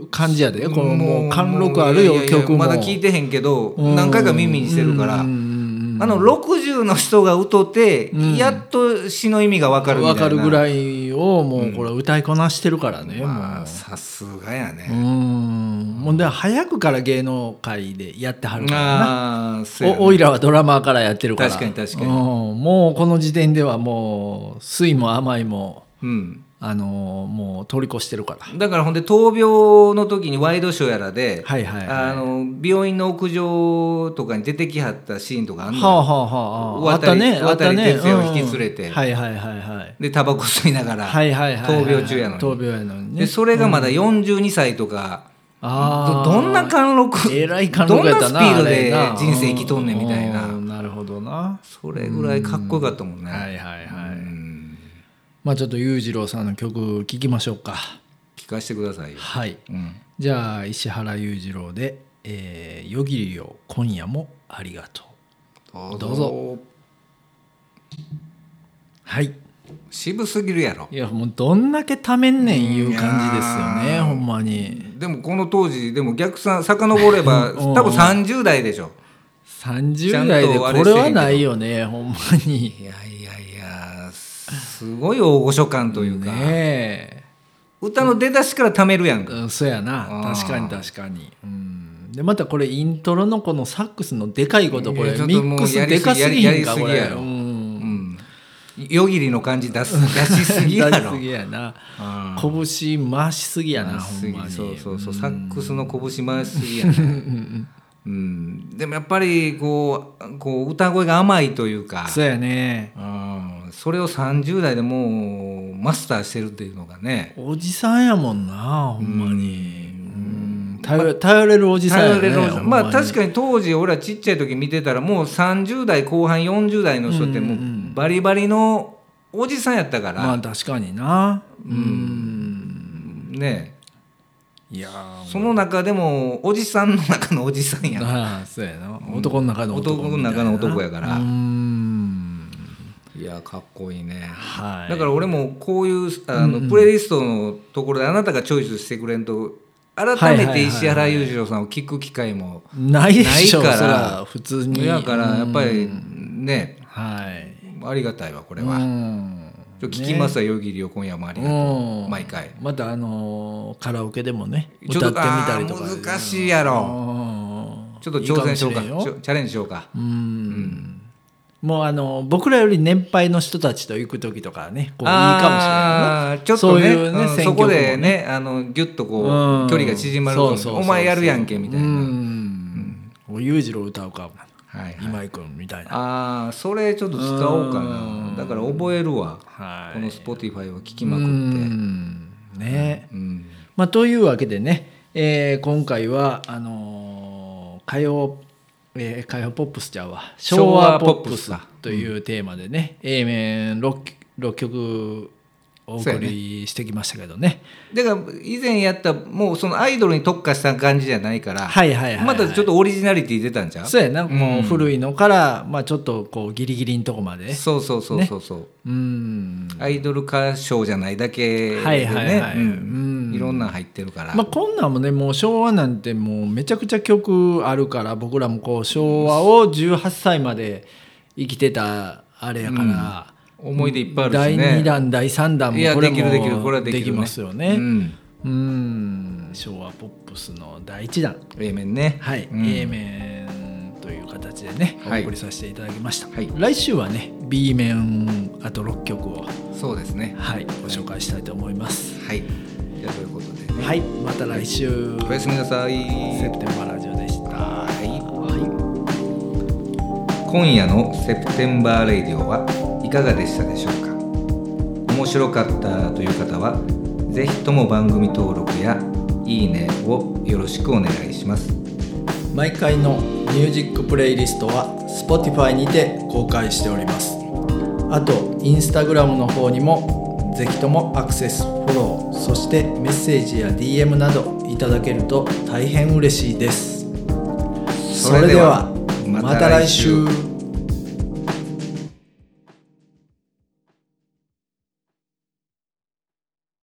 [SPEAKER 1] う感じやでこのもう貫禄あるよ
[SPEAKER 2] いやいやいや
[SPEAKER 1] 曲も
[SPEAKER 2] まだ聞いてへんけど
[SPEAKER 1] うん
[SPEAKER 2] 何回か耳にしてるからあ
[SPEAKER 1] うんうんうん
[SPEAKER 2] の60の人が歌ってやっと詩の意味が分かるみたい
[SPEAKER 1] わ
[SPEAKER 2] な
[SPEAKER 1] かるぐらいをもうこれ歌いこなしてるからね、
[SPEAKER 2] ま
[SPEAKER 1] も
[SPEAKER 2] あ
[SPEAKER 1] う
[SPEAKER 2] さすがや
[SPEAKER 1] う
[SPEAKER 2] ね
[SPEAKER 1] んもうで早くから芸能界でやってはるからな
[SPEAKER 2] ああそうやね
[SPEAKER 1] おおいらはドラマーからやってるから
[SPEAKER 2] 確かに確かに
[SPEAKER 1] うんもうこの時点ではもう酸いも甘いも
[SPEAKER 2] うん
[SPEAKER 1] あのもう通り越してるから
[SPEAKER 2] だからほんで闘病の時にワイドショーやらで、
[SPEAKER 1] はいはいはい
[SPEAKER 2] あの病院の屋上とかに出てきはったシーンとかあんのよ
[SPEAKER 1] はあはあはあああったねあったね
[SPEAKER 2] 渡哲也を引き連れて
[SPEAKER 1] うんはいはいはいはい
[SPEAKER 2] でタバコ吸いながら、
[SPEAKER 1] はいはいはいはい
[SPEAKER 2] 闘病中やのに
[SPEAKER 1] 闘病やのにね
[SPEAKER 2] でそれがまだ42歳とか、
[SPEAKER 1] あ
[SPEAKER 2] どどんな貫禄
[SPEAKER 1] えらい貫禄やったな
[SPEAKER 2] どんなスピード
[SPEAKER 1] あれ
[SPEAKER 2] で
[SPEAKER 1] な
[SPEAKER 2] 人生生きとんねんみたいな、
[SPEAKER 1] うんうんなるほどな
[SPEAKER 2] それぐらいかっこよかったもんね、
[SPEAKER 1] はいはいはい、
[SPEAKER 2] うん
[SPEAKER 1] まあちょっと裕次郎さんの曲聴きましょうか
[SPEAKER 2] 聞かせてくださいよ、
[SPEAKER 1] はい
[SPEAKER 2] うん、
[SPEAKER 1] じゃあ石原裕次郎で「えー、よぎりよ今夜もありがとう
[SPEAKER 2] ど
[SPEAKER 1] どうぞはい
[SPEAKER 2] 渋すぎるやろ
[SPEAKER 1] いやもうどんだけためんねんいう感じですよ
[SPEAKER 2] い
[SPEAKER 1] ね
[SPEAKER 2] やー
[SPEAKER 1] ほんまに
[SPEAKER 2] でもこの当時でも逆さ遡れば
[SPEAKER 1] うんうん
[SPEAKER 2] 多分30代でしょ
[SPEAKER 1] 30代でこれはないよねほんまに
[SPEAKER 2] いやいやいやすごい大御所感というか、
[SPEAKER 1] ね
[SPEAKER 2] 歌の出だしから貯めるや
[SPEAKER 1] え、
[SPEAKER 2] んか、
[SPEAKER 1] うん、そうやな
[SPEAKER 2] あー
[SPEAKER 1] 確かに確かにうんでまたこれイントロのこのサックスのでかいことこれ
[SPEAKER 2] いやちょっ
[SPEAKER 1] ミ
[SPEAKER 2] とも
[SPEAKER 1] ッ
[SPEAKER 2] う
[SPEAKER 1] クス
[SPEAKER 2] やり
[SPEAKER 1] ですか
[SPEAKER 2] ぎ
[SPEAKER 1] すぎへんか
[SPEAKER 2] やりす
[SPEAKER 1] こ
[SPEAKER 2] ぎ
[SPEAKER 1] れ
[SPEAKER 2] やろ
[SPEAKER 1] うん
[SPEAKER 2] うん、よぎりの感じ出す出しすぎや
[SPEAKER 1] 出し
[SPEAKER 2] ろ
[SPEAKER 1] すぎやな
[SPEAKER 2] うん
[SPEAKER 1] 拳回しすぎやなほんまに
[SPEAKER 2] そうそうそうサックスの拳回しすぎやねうん、でもやっぱりこうこう歌声が甘いというか
[SPEAKER 1] そうやね
[SPEAKER 2] うんそれを30代でもうマスターしてるっていうのがね
[SPEAKER 1] おじさんやもんなほんまにうん頼頼れるおじさんやね
[SPEAKER 2] 頼れるおじさんまあ確
[SPEAKER 1] に
[SPEAKER 2] かに当時俺らちっちゃい時見てたらもう30代後半40代の人ってもうバリバリのおじさんやったから、
[SPEAKER 1] まあ確かになうん
[SPEAKER 2] ね
[SPEAKER 1] いやー
[SPEAKER 2] その中でもおじさんの中のおじさんやん
[SPEAKER 1] ああそうやな男の中の男
[SPEAKER 2] 男の中の男やから
[SPEAKER 1] うーん
[SPEAKER 2] いやかっこいいね
[SPEAKER 1] はい
[SPEAKER 2] だから俺もこういうあのプレイリストのところであなたがチョイスしてくれんと改めて石原裕次郎さんを聞く機会も
[SPEAKER 1] ないでしょ
[SPEAKER 2] ないから
[SPEAKER 1] そら普通に
[SPEAKER 2] だからやっぱ
[SPEAKER 1] り
[SPEAKER 2] りね
[SPEAKER 1] はい
[SPEAKER 2] ありがたいわこれ
[SPEAKER 1] う
[SPEAKER 2] は。
[SPEAKER 1] ん
[SPEAKER 2] ちょっと聞きますわ、よぎりよ今夜もありがと
[SPEAKER 1] う
[SPEAKER 2] うん毎回。
[SPEAKER 1] またあのーカラオケでもね
[SPEAKER 2] ちょっ
[SPEAKER 1] 歌
[SPEAKER 2] と
[SPEAKER 1] ってみたりとか
[SPEAKER 2] あー難しいやろ。
[SPEAKER 1] うん
[SPEAKER 2] ちょっと挑戦しようか
[SPEAKER 1] いいもれん
[SPEAKER 2] ちょ
[SPEAKER 1] よ
[SPEAKER 2] チャレンジしようか。
[SPEAKER 1] うんもうあのー僕らより年配の人たちと行く時とかはねこういいかもしれないな
[SPEAKER 2] あーちょっとね
[SPEAKER 1] そう
[SPEAKER 2] そ
[SPEAKER 1] いうね選
[SPEAKER 2] そ
[SPEAKER 1] 曲も
[SPEAKER 2] こ
[SPEAKER 1] ね
[SPEAKER 2] でねあのギュッとこう、
[SPEAKER 1] うん
[SPEAKER 2] 距離が縮まると
[SPEAKER 1] そうそうそうそう
[SPEAKER 2] お前やるやんけみたいな、
[SPEAKER 1] うんもう裕次郎歌うか
[SPEAKER 2] はいはい
[SPEAKER 1] 今井君みたいな
[SPEAKER 2] ああそれちょっと使おうか
[SPEAKER 1] う
[SPEAKER 2] なだから覚えるわ、
[SPEAKER 1] はい
[SPEAKER 2] この Spotify は聞きまくっ
[SPEAKER 1] う
[SPEAKER 2] て
[SPEAKER 1] んね、
[SPEAKER 2] うん
[SPEAKER 1] まあ、というわけでね、えー今回はあのー、歌謡えー、歌謡ポップスちゃうわ昭
[SPEAKER 2] 昭
[SPEAKER 1] 和
[SPEAKER 2] 和
[SPEAKER 1] ポ
[SPEAKER 2] ポ
[SPEAKER 1] ッ
[SPEAKER 2] ッ
[SPEAKER 1] プ
[SPEAKER 2] プ
[SPEAKER 1] ス
[SPEAKER 2] ス
[SPEAKER 1] というテーマでね A 面 6, 六曲お送りしてきましたけどね
[SPEAKER 2] だから以前やったもうそのアイドルに特化した感じじゃないから、
[SPEAKER 1] はいはいはいはい
[SPEAKER 2] またちょっとオリジナリティ出たんちゃう
[SPEAKER 1] そうやなもううん古いのから、まあ、ちょっとこうギリギリのとこまで
[SPEAKER 2] そうそうそうそうそう、
[SPEAKER 1] うん
[SPEAKER 2] アイドル歌唱じゃないだけでね、
[SPEAKER 1] はいはいはい
[SPEAKER 2] うん
[SPEAKER 1] うん
[SPEAKER 2] いろんなの入ってるから、
[SPEAKER 1] まあ、こんなんもねもう昭和なんてもうめちゃくちゃ曲あるから僕らもこう昭和を18歳まで生きてたあれやから、
[SPEAKER 2] 思い出いっぱいあるしね
[SPEAKER 1] 第2弾第3弾
[SPEAKER 2] い
[SPEAKER 1] も
[SPEAKER 2] や
[SPEAKER 1] これ
[SPEAKER 2] できるできるこれ
[SPEAKER 1] も
[SPEAKER 2] はでき
[SPEAKER 1] で
[SPEAKER 2] る、
[SPEAKER 1] きますよ
[SPEAKER 2] う
[SPEAKER 1] ね。
[SPEAKER 2] ん、
[SPEAKER 1] うん昭和ポップスの第1弾
[SPEAKER 2] A 面ね
[SPEAKER 1] はい、
[SPEAKER 2] うん
[SPEAKER 1] A 面という形でねお
[SPEAKER 2] はい
[SPEAKER 1] 送りさせていただきました、
[SPEAKER 2] はい
[SPEAKER 1] 来週はね B 面あと6曲を、
[SPEAKER 2] そうですね
[SPEAKER 1] はい、ご紹介したいと思います。
[SPEAKER 2] はいじゃあということでね
[SPEAKER 1] はい、また来週
[SPEAKER 2] おやすみなさい
[SPEAKER 1] セプテンバーラジオでした。
[SPEAKER 2] はい
[SPEAKER 1] はい
[SPEAKER 2] 今夜の「セプテンバー・レイディオ」はいかがでしたでしょうか面白かったという方はぜひとも番組登録や「いいね」をよろしくお願いします
[SPEAKER 1] 毎回のミュージックプレイリストは Spotify にて公開しておりますあと Instagram の方にもぜひともアクセスフォローそしてメッセージや DM などいただけると大変嬉しいですそれではまた来週